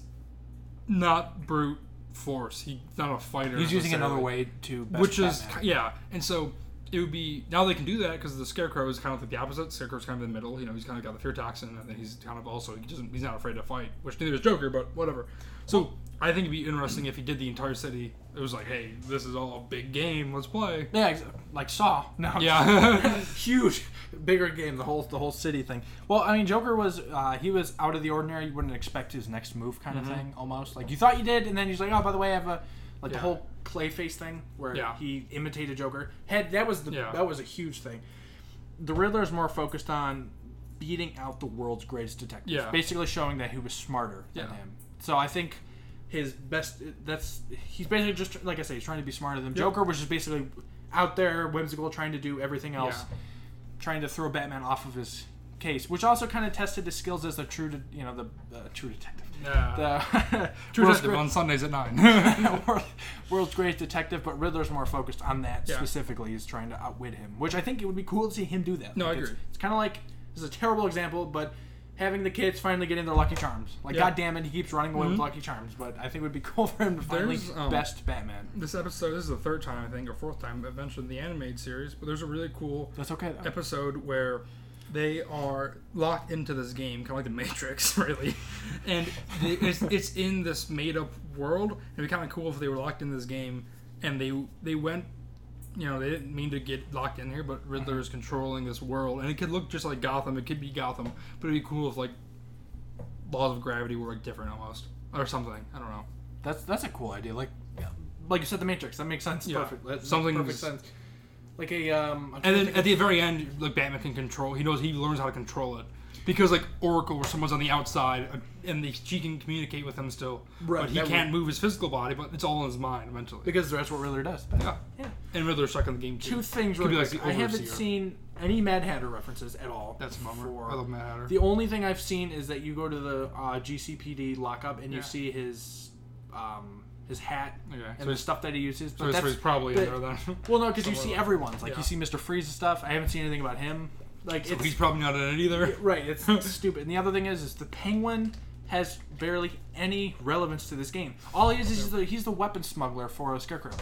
Speaker 3: not brute force. He's not a fighter.
Speaker 2: He's using another
Speaker 3: necessarily
Speaker 2: way to best
Speaker 3: which is
Speaker 2: Batman.
Speaker 3: yeah and so it would be now they can do that because the scarecrow is kind of like the opposite scarecrow's kind of in the middle you know he's kind of got the fear toxin and then he's kind of also he doesn't he's not afraid to fight which neither is joker but whatever so i think it'd be interesting if he did the entire city it was like hey this is all a big game let's play
Speaker 2: yeah, ex- like Saw. No, I'm
Speaker 3: yeah
Speaker 2: huge, bigger game. The whole the whole city thing. Well, I mean, Joker was uh, he was out of the ordinary. You wouldn't expect his next move, kind
Speaker 3: Mm-hmm.
Speaker 2: of thing, almost like you thought you did, and then he's like, oh, by the way, I have a like the
Speaker 3: Yeah.
Speaker 2: whole Clayface thing where
Speaker 3: Yeah.
Speaker 2: he imitated Joker. Had that was the
Speaker 3: Yeah.
Speaker 2: that was a huge thing. The Riddler is more focused on beating out the world's greatest detective,
Speaker 3: Yeah.
Speaker 2: basically showing that he was smarter than
Speaker 3: Yeah.
Speaker 2: him. So I think. His best. That's he's basically just like I say. He's trying to be smarter than Joker, which is basically out there, whimsical, trying to do everything else
Speaker 3: Yeah.
Speaker 2: trying to throw Batman off of his case, which also kind of tested his skills as the true, de- you know, the uh, true detective,
Speaker 3: Nah.
Speaker 2: the
Speaker 3: true
Speaker 2: world's
Speaker 3: detective on sundays at nine
Speaker 2: great- world- world's greatest detective. But Riddler's more focused on that
Speaker 3: Yeah.
Speaker 2: specifically. He's trying to outwit him, which I think it would be cool to see him do that.
Speaker 3: No, I
Speaker 2: it's-
Speaker 3: agree.
Speaker 2: It's kind of like this is a terrible example, but having the kids finally getting their Lucky Charms. Like,
Speaker 3: Yeah. Mm-hmm.
Speaker 2: God damn it, he keeps running away with Lucky Charms. But I think it would be cool for him to finally
Speaker 3: There's, um,
Speaker 2: best Batman.
Speaker 3: This episode, this is the third time, I think, or fourth time, I've mentioned the animated series, but there's a really cool
Speaker 2: That's okay though.
Speaker 3: episode where they are locked into this game, kind of like the Matrix, really. And the- it's, it's in this made up world. It'd be kind of cool if they were locked in this game and they they went, you know, they didn't mean to get locked in here, but Riddler is controlling this world. And it could look just like Gotham, it could be Gotham, but it'd be cool if, like, laws of gravity were, like, different almost, or something. I don't know.
Speaker 2: That's that's a cool idea. Like, like you said, the Matrix. That makes sense.
Speaker 3: Yeah.
Speaker 2: Perfect. That
Speaker 3: Something
Speaker 2: something perfect
Speaker 3: is-
Speaker 2: sense. Like a um. I'm trying
Speaker 3: And
Speaker 2: to
Speaker 3: then
Speaker 2: think
Speaker 3: at the very end, like Batman can control. He knows he learns how to control it because like Oracle or someone's on the outside uh, and they, she can communicate with him still,
Speaker 2: Right,
Speaker 3: but he
Speaker 2: that
Speaker 3: can't move his physical body. But it's all in his mind eventually.
Speaker 2: because that's what Riddler does.
Speaker 3: yeah.
Speaker 2: Yeah.
Speaker 3: And Riddler's stuck in the game too.
Speaker 2: Two things.
Speaker 3: Could be
Speaker 2: Really
Speaker 3: like
Speaker 2: quick.
Speaker 3: the
Speaker 2: I haven't
Speaker 3: overseer.
Speaker 2: seen any Mad Hatter references at all.
Speaker 3: That's a bummer.
Speaker 2: for-
Speaker 3: I love Mad Hatter.
Speaker 2: The only thing I've seen is that you go to the uh, GCPD lockup and you
Speaker 3: Yeah.
Speaker 2: see his um, his hat
Speaker 3: Okay,
Speaker 2: and
Speaker 3: so
Speaker 2: the
Speaker 3: he's-
Speaker 2: stuff that he uses. But
Speaker 3: so he's-
Speaker 2: that's-
Speaker 3: he's probably in
Speaker 2: but-
Speaker 3: there then.
Speaker 2: Well, no, because you see
Speaker 3: Somewhere.
Speaker 2: everyone's. Like
Speaker 3: Yeah.
Speaker 2: you see Mister Freeze's stuff. I haven't seen anything about him. Like it's
Speaker 3: he's probably not in it either.
Speaker 2: Right, it's stupid. And the other thing is, is the Penguin has barely any relevance to this game. All he is is the, he's the weapon smuggler for a Scarecrow.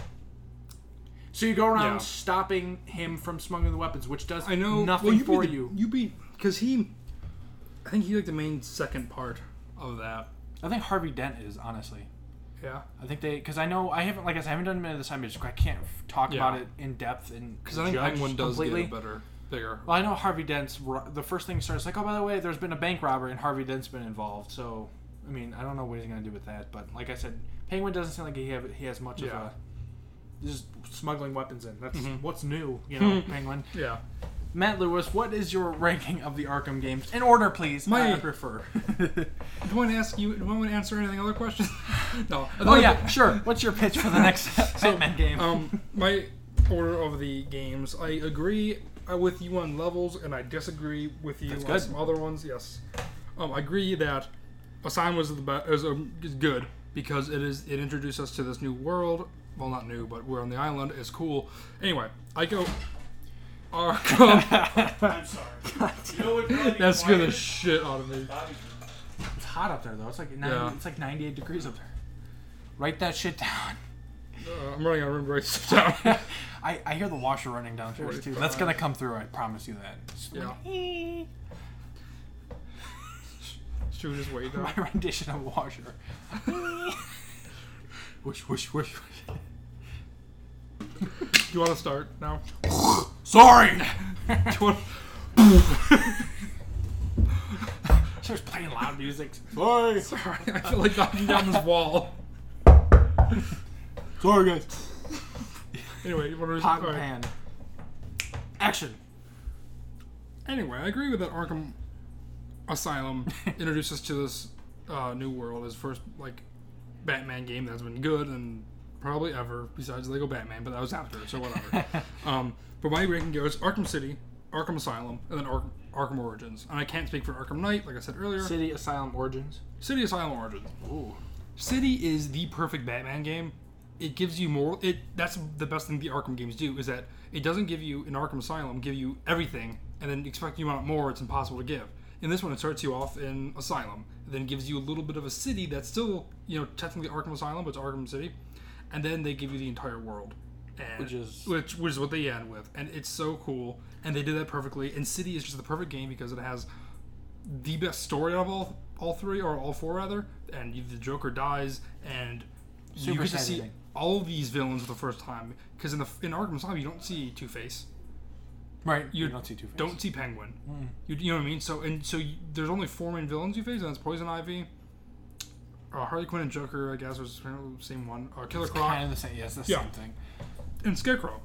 Speaker 2: So you go around
Speaker 3: Yeah.
Speaker 2: stopping him from smuggling the weapons, which does
Speaker 3: I know
Speaker 2: nothing
Speaker 3: well, you
Speaker 2: for
Speaker 3: beat the-
Speaker 2: you.
Speaker 3: You beat because he, I think he like the main second part of that.
Speaker 2: I think Harvey Dent is honestly.
Speaker 3: Yeah.
Speaker 2: I think they because I know I haven't like I said, I haven't done many of this time. Just I can't f- talk
Speaker 3: Yeah.
Speaker 2: about it in depth and
Speaker 3: Because I think
Speaker 2: judge
Speaker 3: Penguin does
Speaker 2: completely.
Speaker 3: get a better, bigger.
Speaker 2: Well, I know Harvey Dent's ro- the first thing starts like, oh, by the way, there's been a bank robbery and Harvey Dent's been involved. So, I mean, I don't know what he's gonna do with that. But like I said, Penguin doesn't seem like he have, he has much
Speaker 3: Yeah.
Speaker 2: of a just smuggling weapons in. That's what's new, you know, Penguin.
Speaker 3: Yeah.
Speaker 2: Matt Lewis, what is your ranking of the Arkham games in order, please?
Speaker 3: My-
Speaker 2: I prefer.
Speaker 3: Do you want to ask you? Do you want to answer anything other questions? no.
Speaker 2: oh yeah, sure. What's your pitch for the next Batman game?
Speaker 3: um, my order of the games. I agree uh, with you on levels, and I disagree with you
Speaker 2: That's
Speaker 3: on
Speaker 2: good.
Speaker 3: some other ones. Yes, um, I agree that Asylum was the best. Is, um, is good because it is. It introduced us to this new world. Well, not new, but we're on the island. It's cool. Anyway, I go. Arkham.
Speaker 4: I'm sorry. You know what really
Speaker 3: That scared the
Speaker 4: quiet?
Speaker 3: shit out of me.
Speaker 4: Bobby,
Speaker 2: it's hot up there though. It's like 90,
Speaker 3: Yeah.
Speaker 2: it's like 98 degrees up there. Write that shit down.
Speaker 3: Uh, I'm running out of room to write stuff down.
Speaker 2: I, I hear the washer running downstairs too. Uh, That's gonna come through. I promise you that. Just
Speaker 3: yeah. Shoot his way down.
Speaker 2: My rendition of washer. whoosh whoosh whoosh. whoosh.
Speaker 3: Do you want to start now?
Speaker 2: Sorry.
Speaker 3: Do you want-
Speaker 2: She was playing loud music. Sorry.
Speaker 3: Sorry, I feel like knocking down this wall.
Speaker 2: Sorry guys.
Speaker 3: Anyway, you want to
Speaker 2: Hot
Speaker 3: alright.
Speaker 2: pan. Action.
Speaker 3: Anyway, I agree with that. Arkham Asylum introduced us to this uh, new world. His first like Batman game that's been good and probably ever besides Lego Batman, but that was after, so whatever. um, but my ranking goes Arkham City, Arkham Asylum, and then Ar- Arkham Origins. And I can't speak for Arkham Knight, like I said earlier.
Speaker 2: City Asylum Origins.
Speaker 3: City Asylum Origins.
Speaker 2: Ooh.
Speaker 3: City is the perfect Batman game. It gives you more. It that's the best thing the Arkham games do is that it doesn't give you in Arkham Asylum give you everything and then expect you want more. It's impossible to give. In this one, it starts you off in Asylum, then gives you a little bit of a city that's still you know technically Arkham Asylum, but it's Arkham City, and then they give you the entire world, and
Speaker 2: Which is-
Speaker 3: which, which is what they end with, and it's so cool. And they did that perfectly. And City is just the perfect game because it has the best story of all all three or all four rather, and you, the Joker dies, and you
Speaker 2: Super
Speaker 3: get to
Speaker 2: sad
Speaker 3: see
Speaker 2: ending.
Speaker 3: all of these villains for the first time. Because in the in Arkham Asylum, you don't see Two Face,
Speaker 2: Right. You,
Speaker 3: You
Speaker 2: don't see two faces.
Speaker 3: don't see Penguin.
Speaker 2: Hmm.
Speaker 3: You, you know what I mean? So and so you, there's only four main villains you face, and that's Poison Ivy, uh, Harley Quinn, and Joker. I guess was the same one. Uh, Killer Croc
Speaker 2: Kind of the same. Yes, the
Speaker 3: Yeah.
Speaker 2: same thing.
Speaker 3: and Scarecrow.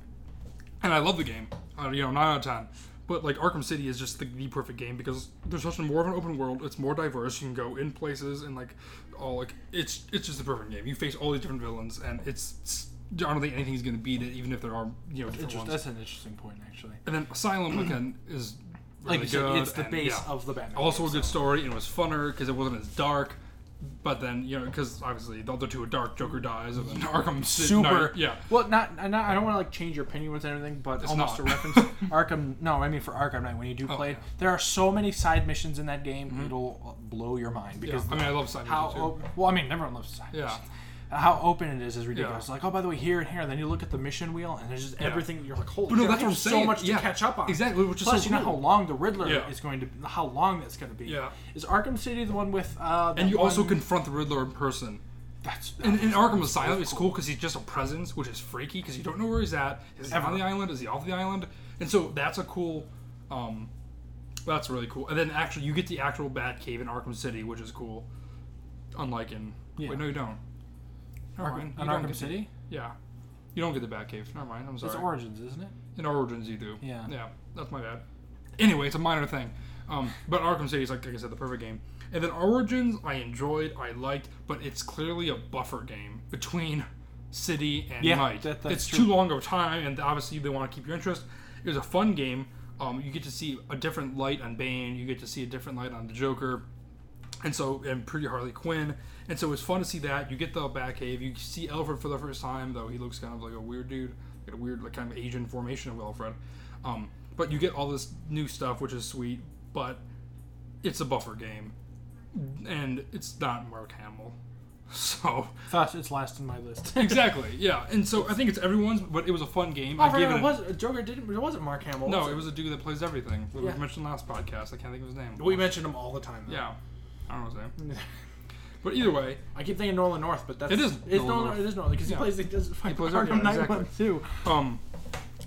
Speaker 3: And I love the game. Uh, you know, nine out of ten. But like Arkham City is just the, the perfect game because there's such a more of an open world. It's more diverse. You can go in places and like all like it's it's just the perfect game. You face all these different villains, and it's, it's I don't think anything's gonna beat it, even if there are you know different
Speaker 2: Interest,
Speaker 3: ones.
Speaker 2: that's an interesting point actually.
Speaker 3: And then Asylum again is really
Speaker 2: Like you said,
Speaker 3: good.
Speaker 2: it's the
Speaker 3: and,
Speaker 2: base
Speaker 3: yeah.
Speaker 2: of the Batman.
Speaker 3: Also a
Speaker 2: games,
Speaker 3: good
Speaker 2: so.
Speaker 3: story, and it was funner because it wasn't as dark. But then you know, because obviously the other two are dark. Joker dies, and then Arkham City.
Speaker 2: super.
Speaker 3: yeah.
Speaker 2: Well, not, not I don't want to like change your opinion with anything, but almost
Speaker 3: not. Oh,
Speaker 2: a reference. Arkham. No, I mean for Arkham Knight when you do play, it,
Speaker 3: yeah. Mm-hmm.
Speaker 2: there are so many side missions in that game. It'll blow your mind
Speaker 3: yeah.
Speaker 2: because
Speaker 3: I mean, I love Simon
Speaker 2: how
Speaker 3: too.
Speaker 2: op- well I mean everyone loves side
Speaker 3: Yeah.
Speaker 2: missions. How open it is is ridiculous.
Speaker 3: Yeah.
Speaker 2: Like oh by the way here and here, and then you look at the mission wheel and there's just everything. You're like holy,
Speaker 3: no,
Speaker 2: shit,
Speaker 3: that's
Speaker 2: I have
Speaker 3: what I'm
Speaker 2: so
Speaker 3: saying,
Speaker 2: much
Speaker 3: yeah.
Speaker 2: to catch up on.
Speaker 3: Exactly, which is
Speaker 2: plus
Speaker 3: so
Speaker 2: you know
Speaker 3: cool.
Speaker 2: how long the Riddler
Speaker 3: Yeah.
Speaker 2: is going to how long that's going to be.
Speaker 3: Yeah.
Speaker 2: is Arkham City the one with uh?
Speaker 3: and
Speaker 2: that
Speaker 3: you also
Speaker 2: one-
Speaker 3: confront the Riddler in person.
Speaker 2: that's uh,
Speaker 3: In, in Arkham Asylum, it's cool because he's just a presence, which is freaky because you don't know where he's at. Is he on the island? Is he off the island? And so that's a cool. Um, that's really cool. And then actually, you get the actual Batcave in Arkham City, which is cool. Unlike in.
Speaker 2: Yeah.
Speaker 3: Wait, no, you don't. Never mind.
Speaker 2: in
Speaker 3: You don't
Speaker 2: Arkham
Speaker 3: get-
Speaker 2: City.
Speaker 3: Yeah. You don't get the Batcave. Never mind. I'm sorry.
Speaker 2: It's Origins, isn't it?
Speaker 3: In Origins, you do.
Speaker 2: Yeah.
Speaker 3: Yeah, that's my bad. Anyway, it's a minor thing. Um, but Arkham City is, like, like I said, the perfect game. And then Origins, I enjoyed, I liked, but it's clearly a buffer game between City and
Speaker 2: Yeah,
Speaker 3: Night.
Speaker 2: that- that's
Speaker 3: it's
Speaker 2: true.
Speaker 3: too long of a time, and obviously they want to keep your interest. It was a fun game. Um, you get to see a different light on Bane, you get to see a different light on the Joker, and so and pretty Harley Quinn. And so it's fun to see that. You get the Batcave, you see Alfred for the first time, though he looks kind of like a weird dude, got a weird like kind of Asian formation of Alfred. Um, but you get all this new stuff, which is sweet. But it's a buffer game, and it's not Mark Hamill, so
Speaker 2: Thus, it's last in my list.
Speaker 3: exactly yeah. And so I think it's everyone's, but it was a fun game.
Speaker 2: Oh,
Speaker 3: I
Speaker 2: right,
Speaker 3: gave it
Speaker 2: right,
Speaker 3: an-
Speaker 2: it was Joker didn't. It wasn't Mark Hamill.
Speaker 3: no,
Speaker 2: was
Speaker 3: it was a dude that plays everything. that
Speaker 2: Yeah.
Speaker 3: We mentioned last podcast. I can't think of his name.
Speaker 2: We mentioned him all the time. Though.
Speaker 3: yeah, I don't know his name. but either way,
Speaker 2: I keep thinking Nolan North, but that's
Speaker 3: It is
Speaker 2: it's
Speaker 3: Nolan
Speaker 2: Nolan.
Speaker 3: North.
Speaker 2: It is Nolan because
Speaker 3: Yeah.
Speaker 2: he plays. He does fight
Speaker 3: plays
Speaker 2: Arkham
Speaker 3: Arkham,
Speaker 2: Knight
Speaker 3: exactly.
Speaker 2: one too.
Speaker 3: Um,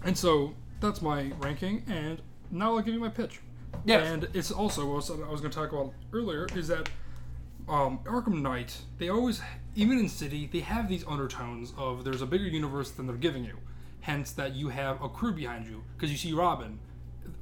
Speaker 3: and so that's my ranking, and now I'll give you my pitch.
Speaker 2: Yes.
Speaker 3: And it's also what I was- I was going to talk about earlier is that um, Arkham Knight, they always, even in City, they have these undertones of there's a bigger universe than they're giving you. Hence, that you have a crew behind you because you see Robin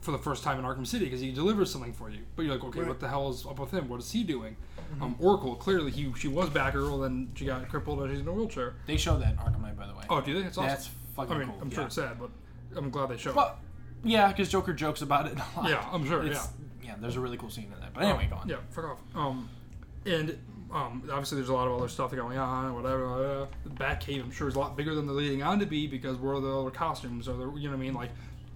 Speaker 3: for the first time in Arkham City because he delivers something for you. But you're like, okay, what the hell is up with him? What is he doing?
Speaker 2: Mm-hmm.
Speaker 3: Um, Oracle, clearly, he she was back Earl, then she got crippled and she's in a wheelchair.
Speaker 2: They show that in Arkham Knight, by the way.
Speaker 3: Oh, do they? It's awesome.
Speaker 2: That's fucking
Speaker 3: I mean,
Speaker 2: cool.
Speaker 3: I'm
Speaker 2: yeah.
Speaker 3: sure it's sad, but I'm glad they showed. it.
Speaker 2: But yeah, because Joker jokes about it a lot.
Speaker 3: Yeah, I'm sure,
Speaker 2: It's, yeah. there's a really cool scene in that. But anyway, go on.
Speaker 3: Yeah, fuck off. Um, and um, obviously there's a lot of other stuff going on, and whatever. blah, blah, blah. The Batcave, I'm sure, is a lot bigger than they're leading on to be because where are the other costumes? Or the, you know what I mean? Like,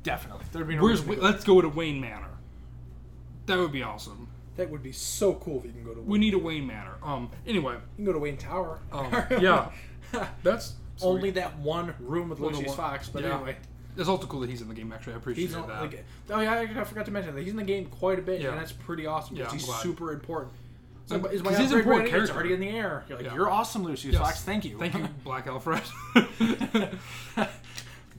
Speaker 2: Definitely. There'd be no
Speaker 3: where's
Speaker 2: reason to
Speaker 3: Wa-
Speaker 2: go-
Speaker 3: let's go to Wayne Manor. That would be awesome.
Speaker 2: that would be so cool if you can go to
Speaker 3: We need a Wayne Manor. Um, anyway,
Speaker 2: you can go to Wayne Tower.
Speaker 3: um, yeah, that's sweet.
Speaker 2: Only that one room with
Speaker 3: the
Speaker 2: Lucius
Speaker 3: one-
Speaker 2: Fox. But
Speaker 3: yeah.
Speaker 2: anyway.
Speaker 3: It's also cool that he's in the game. Actually, I appreciate
Speaker 2: He's on,
Speaker 3: that.
Speaker 2: like, oh yeah, I I forgot to mention that he's in the game quite a bit,
Speaker 3: Yeah.
Speaker 2: and that's pretty awesome.
Speaker 3: Yeah,
Speaker 2: because
Speaker 3: I'm
Speaker 2: he's
Speaker 3: glad.
Speaker 2: super important. So,
Speaker 3: Like,
Speaker 2: is my
Speaker 3: 'cause he's an
Speaker 2: upgrade
Speaker 3: important
Speaker 2: ready? It's
Speaker 3: character.
Speaker 2: already in the air. You're like,
Speaker 3: Yeah.
Speaker 2: you're awesome, Lucius
Speaker 3: Yes.
Speaker 2: Fox. Thank you,
Speaker 3: Thank you, Black Alfred.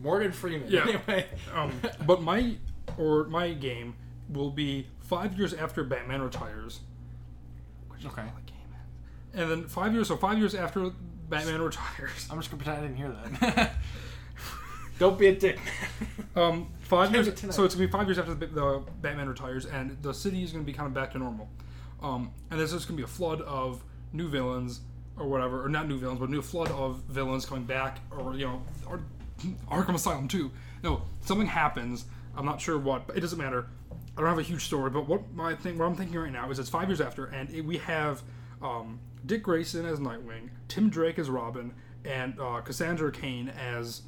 Speaker 2: Morgan Freeman.
Speaker 3: Yeah.
Speaker 2: Anyway,
Speaker 3: Um, but my or my game will be five years after Batman retires.
Speaker 2: okay.
Speaker 3: And then five years, so five years after Batman retires.
Speaker 2: I'm just gonna pretend I didn't hear that. Don't be a dick.
Speaker 3: Um, five
Speaker 2: Give
Speaker 3: years.
Speaker 2: it tonight.
Speaker 3: So it's gonna be five years after the, the Batman retires, and the city is gonna be kind of back to normal. Um, and there's just gonna be a flood of new villains or whatever, or not new villains, but new flood of villains coming back, or you know, or Arkham Asylum too. No, something happens. I'm not sure what, but it doesn't matter. I don't have a huge story, but what my thing, what I'm thinking right now is it's five years after, and it, we have um, Dick Grayson as Nightwing, Tim Drake as Robin, and uh, Cassandra Kane as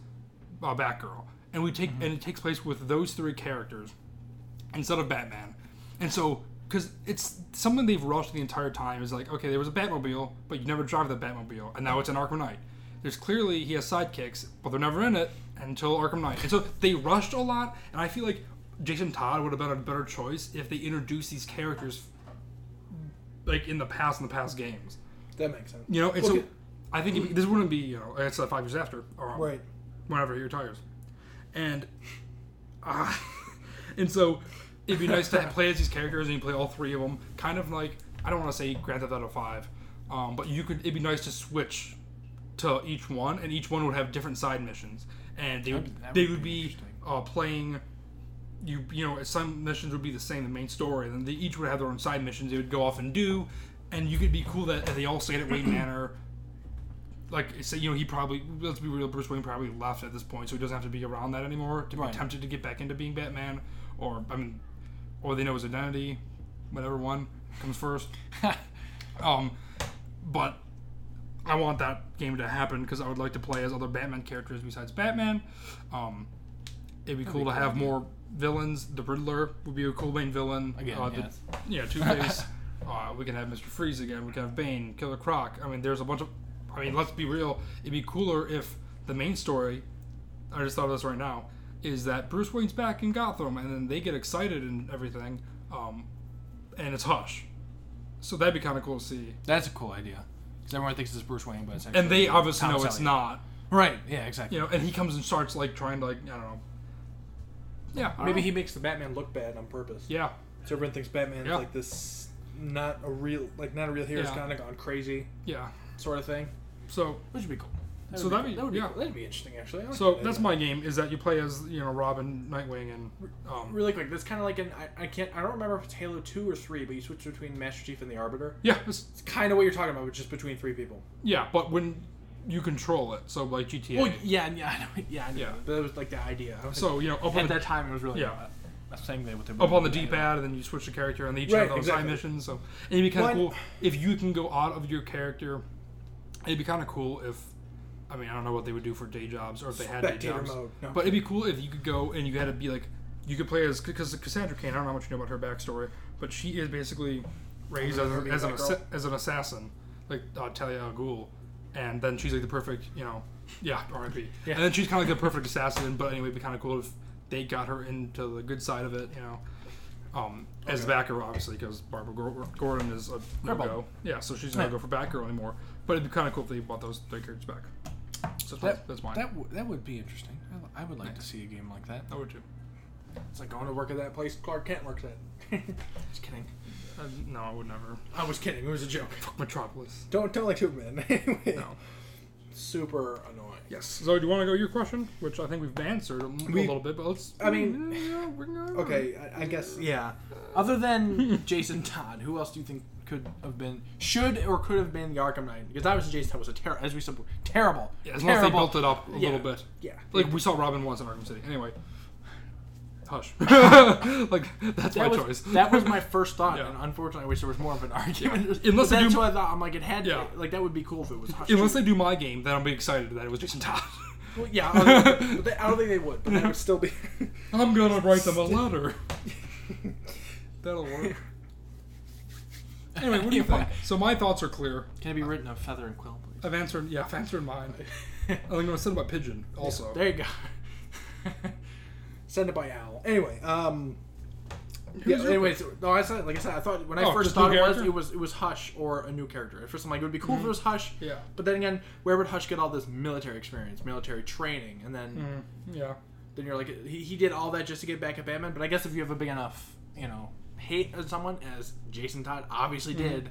Speaker 3: uh, Batgirl, and we
Speaker 2: Mm-hmm.
Speaker 3: take and it takes place with those three characters instead of Batman, and so because it's something they've rushed the entire time is like okay there was a Batmobile but you never drive the Batmobile and now it's an Arkham Knight. There's clearly he has sidekicks but they're never in it until Arkham Knight, and so they rushed a lot, and I feel like Jason Todd would have been a better choice if they introduced these characters like in the past in the past games.
Speaker 2: that makes sense.
Speaker 3: You know, and so
Speaker 2: Okay.
Speaker 3: I think if, this wouldn't be you know like I said five years after or um,
Speaker 2: Right.
Speaker 3: whenever he retires, and uh, and so it'd be nice to play as these characters and you play all three of them. Kind of like I don't want to say Grand Theft Auto Five, um, but you could. It'd be nice to switch to each one, and each one would have different side missions, and they would,
Speaker 2: that
Speaker 3: they
Speaker 2: would
Speaker 3: would
Speaker 2: be
Speaker 3: be,
Speaker 2: interesting.
Speaker 3: uh, playing. You you know some missions would be the same, the main story, and then they each would have their own side missions they would go off and do, and you could be cool that they all stayed at Wayne Manor. Like say you know he probably let's be real Bruce Wayne probably left at this point, so he doesn't have to be around that anymore to
Speaker 2: Right.
Speaker 3: be tempted to get back into being Batman, or I mean, or they know his identity, whatever one comes first. Um, but I want that game to happen because I would like to play as other Batman characters besides Batman. Um, it'd be cool to have more villains. The Riddler would be a cool main villain.
Speaker 2: Again,
Speaker 3: uh,
Speaker 2: yes.
Speaker 3: the, yeah, Two Face. uh, we could have Mister Freeze again. We could have Bane, Killer Croc. I mean, there's a bunch of. I mean, let's be real. It'd be cooler if the main story. I just thought of this right now. Is that Bruce Wayne's back in Gotham, and then they get excited and everything, um, and it's Hush. So that'd be kind of cool to see.
Speaker 2: That's a cool idea. Because everyone thinks it's Bruce Wayne, but it's actually
Speaker 3: And they obviously
Speaker 2: Tom
Speaker 3: know it's
Speaker 2: Selleck.
Speaker 3: not.
Speaker 2: Right. Yeah. Exactly.
Speaker 3: you know, and he comes and starts like trying to like I don't know. Yeah, I
Speaker 2: Maybe
Speaker 3: don't
Speaker 2: he makes the Batman look bad on purpose.
Speaker 3: know. Yeah,
Speaker 2: So everyone thinks Batman's
Speaker 3: Yeah.
Speaker 2: like this, not a real, like not a real hero. He's
Speaker 3: Yeah.
Speaker 2: kind of gone crazy,
Speaker 3: yeah.
Speaker 2: sort of thing.
Speaker 3: So
Speaker 2: Which would be cool. That
Speaker 3: So
Speaker 2: would
Speaker 3: that'd
Speaker 2: cool.
Speaker 3: be-
Speaker 2: that would be
Speaker 3: yeah.
Speaker 2: cool. that'd be interesting actually. I like
Speaker 3: so
Speaker 2: that
Speaker 3: that's
Speaker 2: idea.
Speaker 3: my game is that you play as you know Robin, Nightwing, and um,
Speaker 2: really quick. That's kind of like an I, I can't I don't remember if it's Halo two or three, but you switch between Master Chief and the Arbiter.
Speaker 3: yeah, it's,
Speaker 2: It's kind of what you're talking about, but just between three people.
Speaker 3: yeah. But when you control it, so like GTA.
Speaker 2: Well, yeah, yeah, I know, yeah, I know.
Speaker 3: Yeah.
Speaker 2: But that was like the idea. I was
Speaker 3: so you know up
Speaker 2: like,
Speaker 3: on
Speaker 2: at
Speaker 3: the,
Speaker 2: that time, it was really
Speaker 3: Yeah.
Speaker 2: That's the same thing with the
Speaker 3: up on the D-pad, and then you switch the character, and they each
Speaker 2: Right,
Speaker 3: have their own side
Speaker 2: exactly.
Speaker 3: missions. So and it'd be kind
Speaker 2: Well,
Speaker 3: of
Speaker 2: and-
Speaker 3: cool if you can go out of your character. It'd be kind of cool if. I mean, I don't know what they would do for day jobs or if they had day
Speaker 2: Spectator
Speaker 3: jobs.
Speaker 2: mode. No.
Speaker 3: But it'd be cool if you could go and you had to be like, you could play as because Cassandra Cain. I don't know how much you know about her backstory, but she is basically raised as,
Speaker 2: Remember
Speaker 3: as, an,
Speaker 2: Black
Speaker 3: assa-
Speaker 2: Girl?
Speaker 3: as an assassin, like uh, Talia al Ghul, and then she's like the perfect, you know, yeah, R.I.P. And then she's kind of like the perfect assassin. But anyway, it'd be kind of cool if they got her into the good side of it, you know. Um, As backer, obviously, because Barbara Gor- Gordon is a no-go. Yeah, so she's not
Speaker 2: Yeah.
Speaker 3: go for backer anymore. But it'd be kind of cool if they bought those three characters back. So that's,
Speaker 2: That,
Speaker 3: that's mine.
Speaker 2: That, w- that would be interesting. I, li- I would like to see a game like that.
Speaker 3: I would too.
Speaker 2: It's like going to work at that place Clark Kent works at. Just kidding.
Speaker 3: Uh, no, I would never.
Speaker 2: I was kidding. It was a joke.
Speaker 3: Metropolis.
Speaker 2: Don't don't like Superman. anyway,
Speaker 3: No.
Speaker 2: super annoying.
Speaker 3: Yes. So do you want to go your question, which I think we've answered a, l- a
Speaker 2: We-
Speaker 3: little bit, but let's.
Speaker 2: I mean,
Speaker 3: Yeah, we're gonna-
Speaker 2: Okay, I, I guess yeah. Other than Jason Todd, who else do you think could have been, should or could have been the Arkham Knight? Because obviously Jason Todd was a terrible, as we said, terrible,
Speaker 3: Yeah, as long as they
Speaker 2: terrible.
Speaker 3: built it up a little bit.
Speaker 2: yeah,
Speaker 3: Like we saw Robin once in Arkham City. Anyway. Hush. like
Speaker 2: that
Speaker 3: that's my
Speaker 2: was
Speaker 3: choice.
Speaker 2: that was my first thought,
Speaker 3: Yeah.
Speaker 2: and unfortunately, I wish there was more of an argument.
Speaker 3: Unless
Speaker 2: But
Speaker 3: they
Speaker 2: that's
Speaker 3: do-
Speaker 2: what I thought. I'm like, it had
Speaker 3: Yeah.
Speaker 2: like that would be cool if it was. Hush.
Speaker 3: Unless they do my game, then I'll be excited that it was Jason Todd.
Speaker 2: Well, yeah, I don't, think- but they, I don't think they would, but that would still be.
Speaker 3: I'm gonna write them a letter. That'll work. Anyway, what do you think? So my thoughts are clear.
Speaker 2: Can it be written of feather and quill, please?
Speaker 3: I've answered. Yeah, I've answered mine. I think I'm gonna send my pigeon also.
Speaker 2: There you go. Send it by owl. Anyway, um.
Speaker 3: Who's
Speaker 2: Yeah,
Speaker 3: your
Speaker 2: anyways, no, I said, like I said, I thought when I
Speaker 3: Oh,
Speaker 2: first
Speaker 3: just new
Speaker 2: thought it was,
Speaker 3: character?
Speaker 2: it was it was Hush or a new character. At first, I'm like, it would be cool if it was Hush.
Speaker 3: Yeah.
Speaker 2: But then again, where would Hush get all this military experience, military training, and then
Speaker 3: Mm-hmm. Yeah.
Speaker 2: then you're like, he, he did all that just to get back at Batman. But I guess if you have a big enough, you know, hate on someone, as Jason Todd obviously
Speaker 3: Mm-hmm.
Speaker 2: did,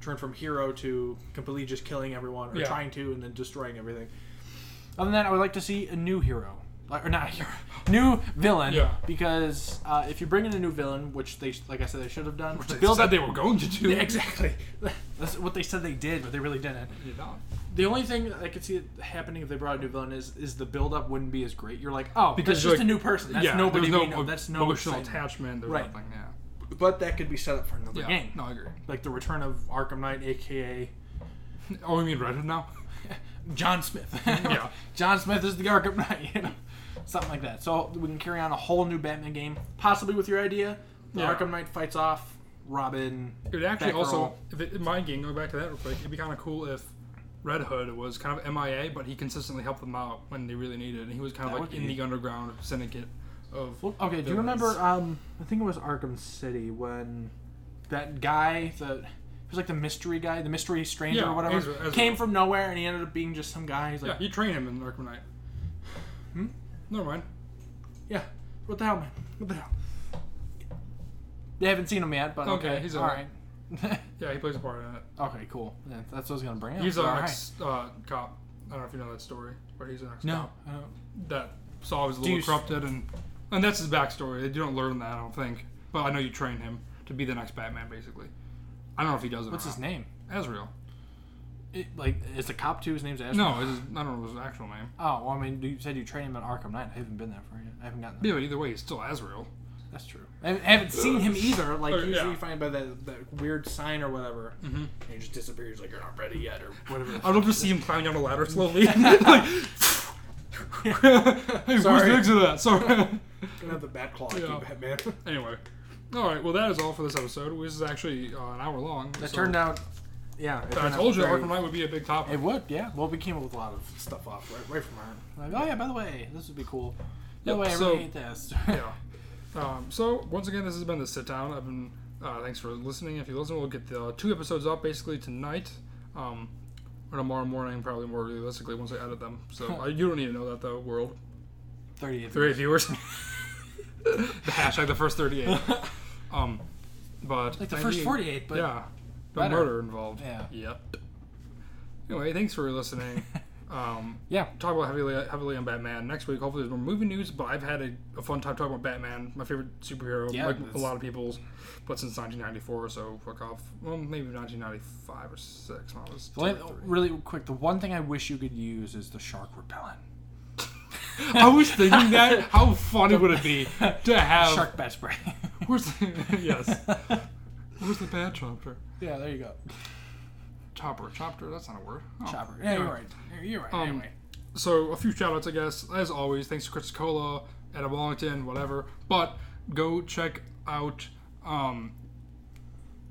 Speaker 2: turn from hero to completely just killing everyone or
Speaker 3: Yeah.
Speaker 2: trying to and then destroying everything. Other than that, I would like to see a new hero. Like, or not a hero, new villain.
Speaker 3: Yeah.
Speaker 2: Because uh, if you bring in a new villain, which they, like I said, they should have done, to
Speaker 3: Bill
Speaker 2: build
Speaker 3: said
Speaker 2: up.
Speaker 3: they were going to do.
Speaker 2: Exactly. That's what they said they did, but they really didn't.
Speaker 3: You know.
Speaker 2: The only thing I could see it happening if they brought a new villain is is the build up wouldn't be as great. You're like, oh,
Speaker 3: Because
Speaker 2: because that's
Speaker 3: you're
Speaker 2: just a
Speaker 3: like-
Speaker 2: new person. That's
Speaker 3: yeah,
Speaker 2: nobody
Speaker 3: there's no
Speaker 2: we know.
Speaker 3: em-
Speaker 2: That's no
Speaker 3: emotional
Speaker 2: excitement.
Speaker 3: attachment. There's
Speaker 2: Right.
Speaker 3: nothing. Yeah.
Speaker 2: But that could be set up for another
Speaker 3: Yeah.
Speaker 2: game,
Speaker 3: No, I agree.
Speaker 2: like the return of Arkham Knight, aka
Speaker 3: Oh, you mean Redhead now?
Speaker 2: John Smith.
Speaker 3: Yeah.
Speaker 2: John Smith is the Arkham Knight. You know, something like that. So we can carry on a whole new Batman game, possibly with your idea. The
Speaker 3: Yeah.
Speaker 2: Arkham Knight fights off Robin.
Speaker 3: It would actually
Speaker 2: Batgirl.
Speaker 3: also, if it, in my game, going back to that real quick, it'd be kind of cool if Red Hood was kind of MIA, but he consistently helped them out when they really needed it. And he was kind of
Speaker 2: That
Speaker 3: like
Speaker 2: would
Speaker 3: in
Speaker 2: be-
Speaker 3: the underground syndicate of.
Speaker 2: Well, okay, do you
Speaker 3: villains.
Speaker 2: remember? Um, I think it was Arkham City when that guy, the he was like the mystery guy, the mystery stranger
Speaker 3: Yeah,
Speaker 2: or whatever,
Speaker 3: Ezra- Ezra.
Speaker 2: came from nowhere and he ended up being just some guy. He's
Speaker 3: Yeah,
Speaker 2: like, yeah,
Speaker 3: you train him in Arkham Knight. Hmm? Never mind.
Speaker 2: what the hell, man? What the hell? They haven't seen him yet, but
Speaker 3: Okay,
Speaker 2: okay,
Speaker 3: he's
Speaker 2: all
Speaker 3: alright.
Speaker 2: right.
Speaker 3: Yeah, he plays a part in it.
Speaker 2: okay, cool. Yeah, that's what I was gonna bring up.
Speaker 3: He's an
Speaker 2: All right.
Speaker 3: ex uh, cop. I don't know if you know that story, but he's an ex
Speaker 2: No, I don't-
Speaker 3: that saw he was
Speaker 2: you
Speaker 3: a little
Speaker 2: s-
Speaker 3: corrupted, and and that's his backstory. You don't learn that, I don't think. But I know you train him to be the next Batman, basically. I don't know if he does it.
Speaker 2: what's
Speaker 3: or
Speaker 2: his
Speaker 3: not.
Speaker 2: name?
Speaker 3: Azrael.
Speaker 2: It, like, is the cop too? His name's Ash.
Speaker 3: No, it's, I don't know his actual name.
Speaker 2: Oh, well, I mean, you said you trained him in Arkham Knight. I haven't been there for you. I haven't gotten. There.
Speaker 3: Yeah, but either way, he's still Azrael.
Speaker 2: That's true. I haven't seen him either. Like
Speaker 3: Or-
Speaker 2: usually
Speaker 3: Oh, yeah.
Speaker 2: you find by that, that weird sign or whatever, and he just disappears. Like you're not ready yet, or whatever.
Speaker 3: I'd love to see him climb down a ladder slowly. like, hey, where's
Speaker 2: Sorry.
Speaker 3: the exit of that? Sorry.
Speaker 2: Gonna have the bat claw to
Speaker 3: Yeah.
Speaker 2: keep it, man.
Speaker 3: anyway. All right. Well, that is all for this episode. This is actually uh, an hour long.
Speaker 2: It turned out, yeah. It
Speaker 3: I
Speaker 2: turned out
Speaker 3: told you
Speaker 2: very-
Speaker 3: Arkham Knight would be a big topic.
Speaker 2: It would, yeah. Well, we came up with a lot of stuff off right, right from our. Like, oh yeah, by the way, this would be cool. By the
Speaker 3: Yep,
Speaker 2: way, I
Speaker 3: so-
Speaker 2: really hate this.
Speaker 3: yeah. Um, so once again, this has been the sit down. I've been. Uh, thanks for listening. If you listen, we'll get the uh, two episodes up basically tonight, um, or tomorrow morning, probably more realistically once I edit them. So uh, you don't need to know that though, world.
Speaker 2: Thirty-eight.
Speaker 3: Thirty viewers. the hashtag the first thirty-eight. Um, but
Speaker 2: Like the
Speaker 3: thank
Speaker 2: first
Speaker 3: you.
Speaker 2: forty-eight, but
Speaker 3: yeah, no
Speaker 2: better.
Speaker 3: murder involved.
Speaker 2: Yeah.
Speaker 3: Yep. Anyway, thanks for listening. um,
Speaker 2: yeah.
Speaker 3: talk about heavily heavily on Batman next week. Hopefully, there's more movie news. But I've had a, a fun time talking about Batman, my favorite superhero,
Speaker 2: Yeah,
Speaker 3: like a
Speaker 2: it's-
Speaker 3: lot of people's. But since 1994, so fuck off. Well, maybe 1995 or six. When I was two or
Speaker 2: Wait,
Speaker 3: three.
Speaker 2: really quick, the one thing I wish you could use is the shark repellent.
Speaker 3: I was thinking that. How funny would it be to have?
Speaker 2: Shark bat spray.
Speaker 3: Where's the, yes? Where's the bad chopper?
Speaker 2: yeah, there you go.
Speaker 3: Chopper, chopper. That's not a word. Oh.
Speaker 2: Chopper. Yeah, you're right. You're right.
Speaker 3: Um,
Speaker 2: anyway.
Speaker 3: so a few shout outs, I guess. As always, thanks to Chris Cola, Ed Wallington, whatever. But go check out um,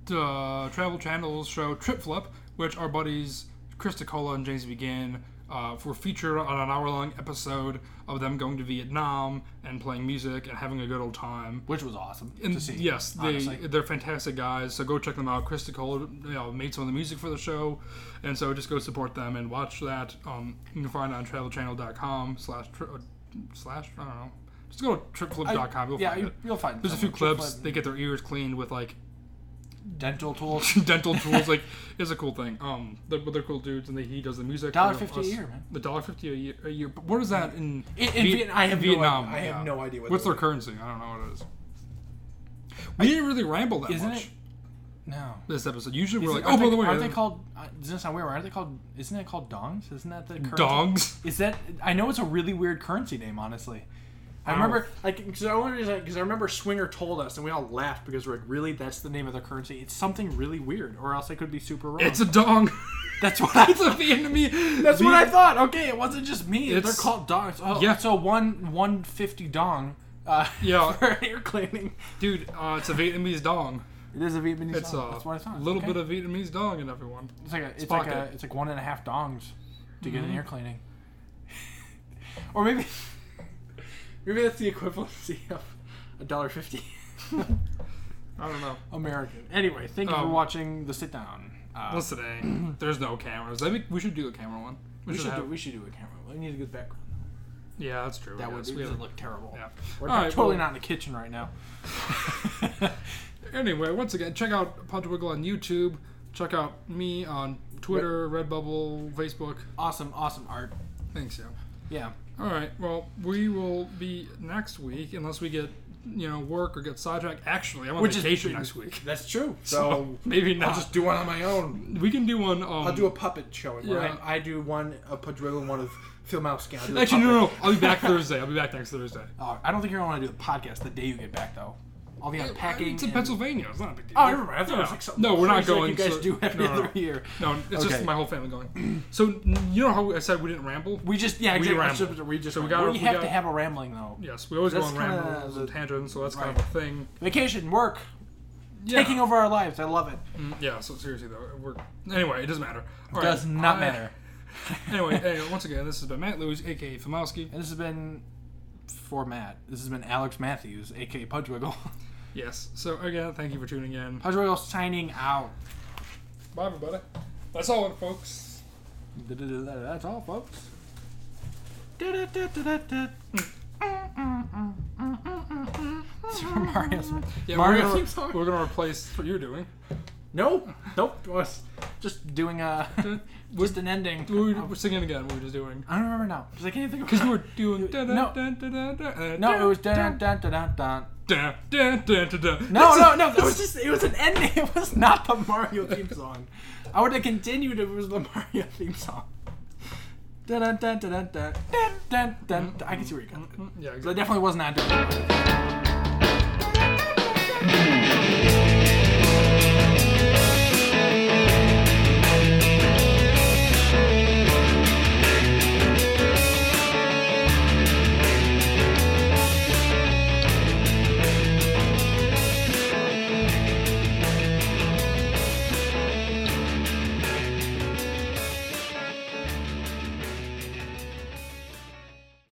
Speaker 3: the Travel Channel's show Trip Flip, which our buddies Chris Cola and James Begin uh, were featured on an hour long episode of them going to Vietnam and playing music and having a good old time.
Speaker 2: Which was awesome
Speaker 3: And
Speaker 2: to see.
Speaker 3: Mm, yes, they
Speaker 2: honestly.
Speaker 3: they're fantastic guys. So go check them out. Chris Nicole, you know, made some of the music for the show, and so just go support them and watch that. Um, you can find it on travelchannel.com slash tri- uh, slash I don't know. Just go to tripflip.com. You'll
Speaker 2: yeah,
Speaker 3: find
Speaker 2: you,
Speaker 3: it.
Speaker 2: you'll find.
Speaker 3: There's a few
Speaker 2: someone. Triple
Speaker 3: clips.
Speaker 2: M
Speaker 3: They get their ears cleaned with like
Speaker 2: dental tools.
Speaker 3: dental tools. like it's a cool thing. Um, they're, but they're cool dudes, and they, he does the music. for
Speaker 2: $1.50 a
Speaker 3: us.
Speaker 2: year, man.
Speaker 3: The dollar fifty a year. A year. But what is that in?
Speaker 2: In- in Viet- I have no idea. I have no idea what
Speaker 3: What's
Speaker 2: that
Speaker 3: their
Speaker 2: is.
Speaker 3: currency? I don't know what it is. We didn't really ramble that
Speaker 2: Isn't
Speaker 3: much.
Speaker 2: it? No.
Speaker 3: this episode. Usually we're
Speaker 2: Isn't-
Speaker 3: like, oh,
Speaker 2: aren't
Speaker 3: by
Speaker 2: they-
Speaker 3: the way,
Speaker 2: aren't they called? Uh, does that sound weird? Aren't they called? Isn't it called dongs? Isn't that the currency?
Speaker 3: uh, dogs?
Speaker 2: Is that? I know it's a really weird currency name, honestly. I remember, like, because the only reason, because I remember Swinger told us, and we all laughed because we're like, "Really? That's the name of the currency? It's something really weird, or else I could be super wrong."
Speaker 3: It's a dong.
Speaker 2: that's what I
Speaker 3: it's a Vietnamese.
Speaker 2: That's what I
Speaker 3: Viet-
Speaker 2: thought. Okay, it wasn't just me. They're
Speaker 3: It's-
Speaker 2: called dongs. Oh,
Speaker 3: Yeah.
Speaker 2: yeah. So one one fifty dong. Uh,
Speaker 3: Yeah.
Speaker 2: For air cleaning.
Speaker 3: Dude, uh, it's a Vietnamese dong.
Speaker 2: It is a Vietnamese.
Speaker 3: It's
Speaker 2: dong.
Speaker 3: a
Speaker 2: That's what I thought.
Speaker 3: little
Speaker 2: Okay.
Speaker 3: bit of Vietnamese dong in everyone.
Speaker 2: It's like a, it's like a,
Speaker 3: pocket. Mm-hmm.
Speaker 2: it's like one and a half dongs to get an ear cleaning. or maybe, maybe that's the equivalency of a dollar fifty
Speaker 3: I don't know.
Speaker 2: American. Anyway, thank you for
Speaker 3: Um,
Speaker 2: watching the sit down. Uh,
Speaker 3: Listening. There's no cameras. I think we should do a camera one.
Speaker 2: we should
Speaker 3: have-
Speaker 2: do we should do a camera. We need a good background.
Speaker 3: Yeah, that's true.
Speaker 2: That
Speaker 3: I
Speaker 2: would
Speaker 3: guess.
Speaker 2: be,
Speaker 3: We
Speaker 2: would
Speaker 3: have-
Speaker 2: look terrible.
Speaker 3: yeah.
Speaker 2: We're
Speaker 3: All right,
Speaker 2: totally
Speaker 3: well-
Speaker 2: not in the kitchen right now.
Speaker 3: Anyway, once again, check out Punchwiggle on YouTube. Check out me on Twitter, Redbubble, Facebook.
Speaker 2: awesome, awesome art.
Speaker 3: Thanks, yeah.
Speaker 2: Yeah.
Speaker 3: All right. Well, we will be next week unless we get you know work or get sidetracked. Actually, I'm on
Speaker 2: Which is-
Speaker 3: vacation next week,
Speaker 2: That's true.
Speaker 3: so maybe not.
Speaker 2: do one on my own.
Speaker 3: we can do one. Um,
Speaker 2: I'll do a puppet showing. where
Speaker 3: Yeah.
Speaker 2: I'm- I do one a Padrillo and one of Phil Mousky. I'll do the
Speaker 3: actually, no,
Speaker 2: puppet.
Speaker 3: no, no. I'll be back Thursday. I'll be back next Thursday.
Speaker 2: Oh, I don't think you're gonna want to do the podcast the day you get back though. All the unpacking.
Speaker 3: It's in
Speaker 2: and-
Speaker 3: Pennsylvania. It's not a big deal.
Speaker 2: Oh, never mind. I thought it was
Speaker 3: No.
Speaker 2: like something
Speaker 3: No, we're not
Speaker 2: crazy like
Speaker 3: going.
Speaker 2: you guys
Speaker 3: so-
Speaker 2: do every
Speaker 3: no, no, no.
Speaker 2: other year.
Speaker 3: No, it's just
Speaker 2: Okay.
Speaker 3: my whole family going. So n- you know how I said we didn't ramble?
Speaker 2: We just yeah exactly.
Speaker 3: ramble.
Speaker 2: It's just- We just
Speaker 3: So we
Speaker 2: we,
Speaker 3: gotta- we
Speaker 2: have
Speaker 3: gotta-
Speaker 2: to have a rambling though.
Speaker 3: yes, we always go
Speaker 2: That's
Speaker 3: on
Speaker 2: kinda
Speaker 3: rambles and
Speaker 2: the-
Speaker 3: tangents, so that's kind of a thing.
Speaker 2: Vacation, work,
Speaker 3: Yeah.
Speaker 2: taking over our lives. I love it.
Speaker 3: Yeah. So seriously though, we're anyway. It doesn't matter. All right,
Speaker 2: Does not
Speaker 3: I-
Speaker 2: matter.
Speaker 3: Anyway, anyway, once again, this has been Matt Lewis, aka Famowski.
Speaker 2: And this has been for Matt. This has been Alex Matthews, aka Pudgewiggle.
Speaker 3: Yes. So again, thank you for tuning in.
Speaker 2: Pudgewiggle signing out.
Speaker 3: Bye, everybody. That's all, folks.
Speaker 2: That's all, folks. Super Mario's.
Speaker 3: Yeah,
Speaker 2: Mario
Speaker 3: we're,
Speaker 2: theme
Speaker 3: gonna,
Speaker 2: song?
Speaker 3: we're gonna replace what you're doing.
Speaker 2: Nope. Nope. It was just doing a just an ending.
Speaker 3: We were, we're singing again. What we were just doing.
Speaker 2: I don't remember now because I can't think of.
Speaker 3: Because we were doing. da- da-
Speaker 2: No.
Speaker 3: da- da- da- da-
Speaker 2: no, it was
Speaker 3: da-
Speaker 2: dun dun dun dun. dun.
Speaker 3: da- da- da- da- da.
Speaker 2: No, no, no. It was just it was an ending. It was not the Mario theme song. I would have continued if it was the Mario theme song. Dun dun dun dun dun dun dun dun. dun. I can see where you got that.
Speaker 3: Yeah,
Speaker 2: So I
Speaker 3: exactly.
Speaker 2: definitely was not doing. it.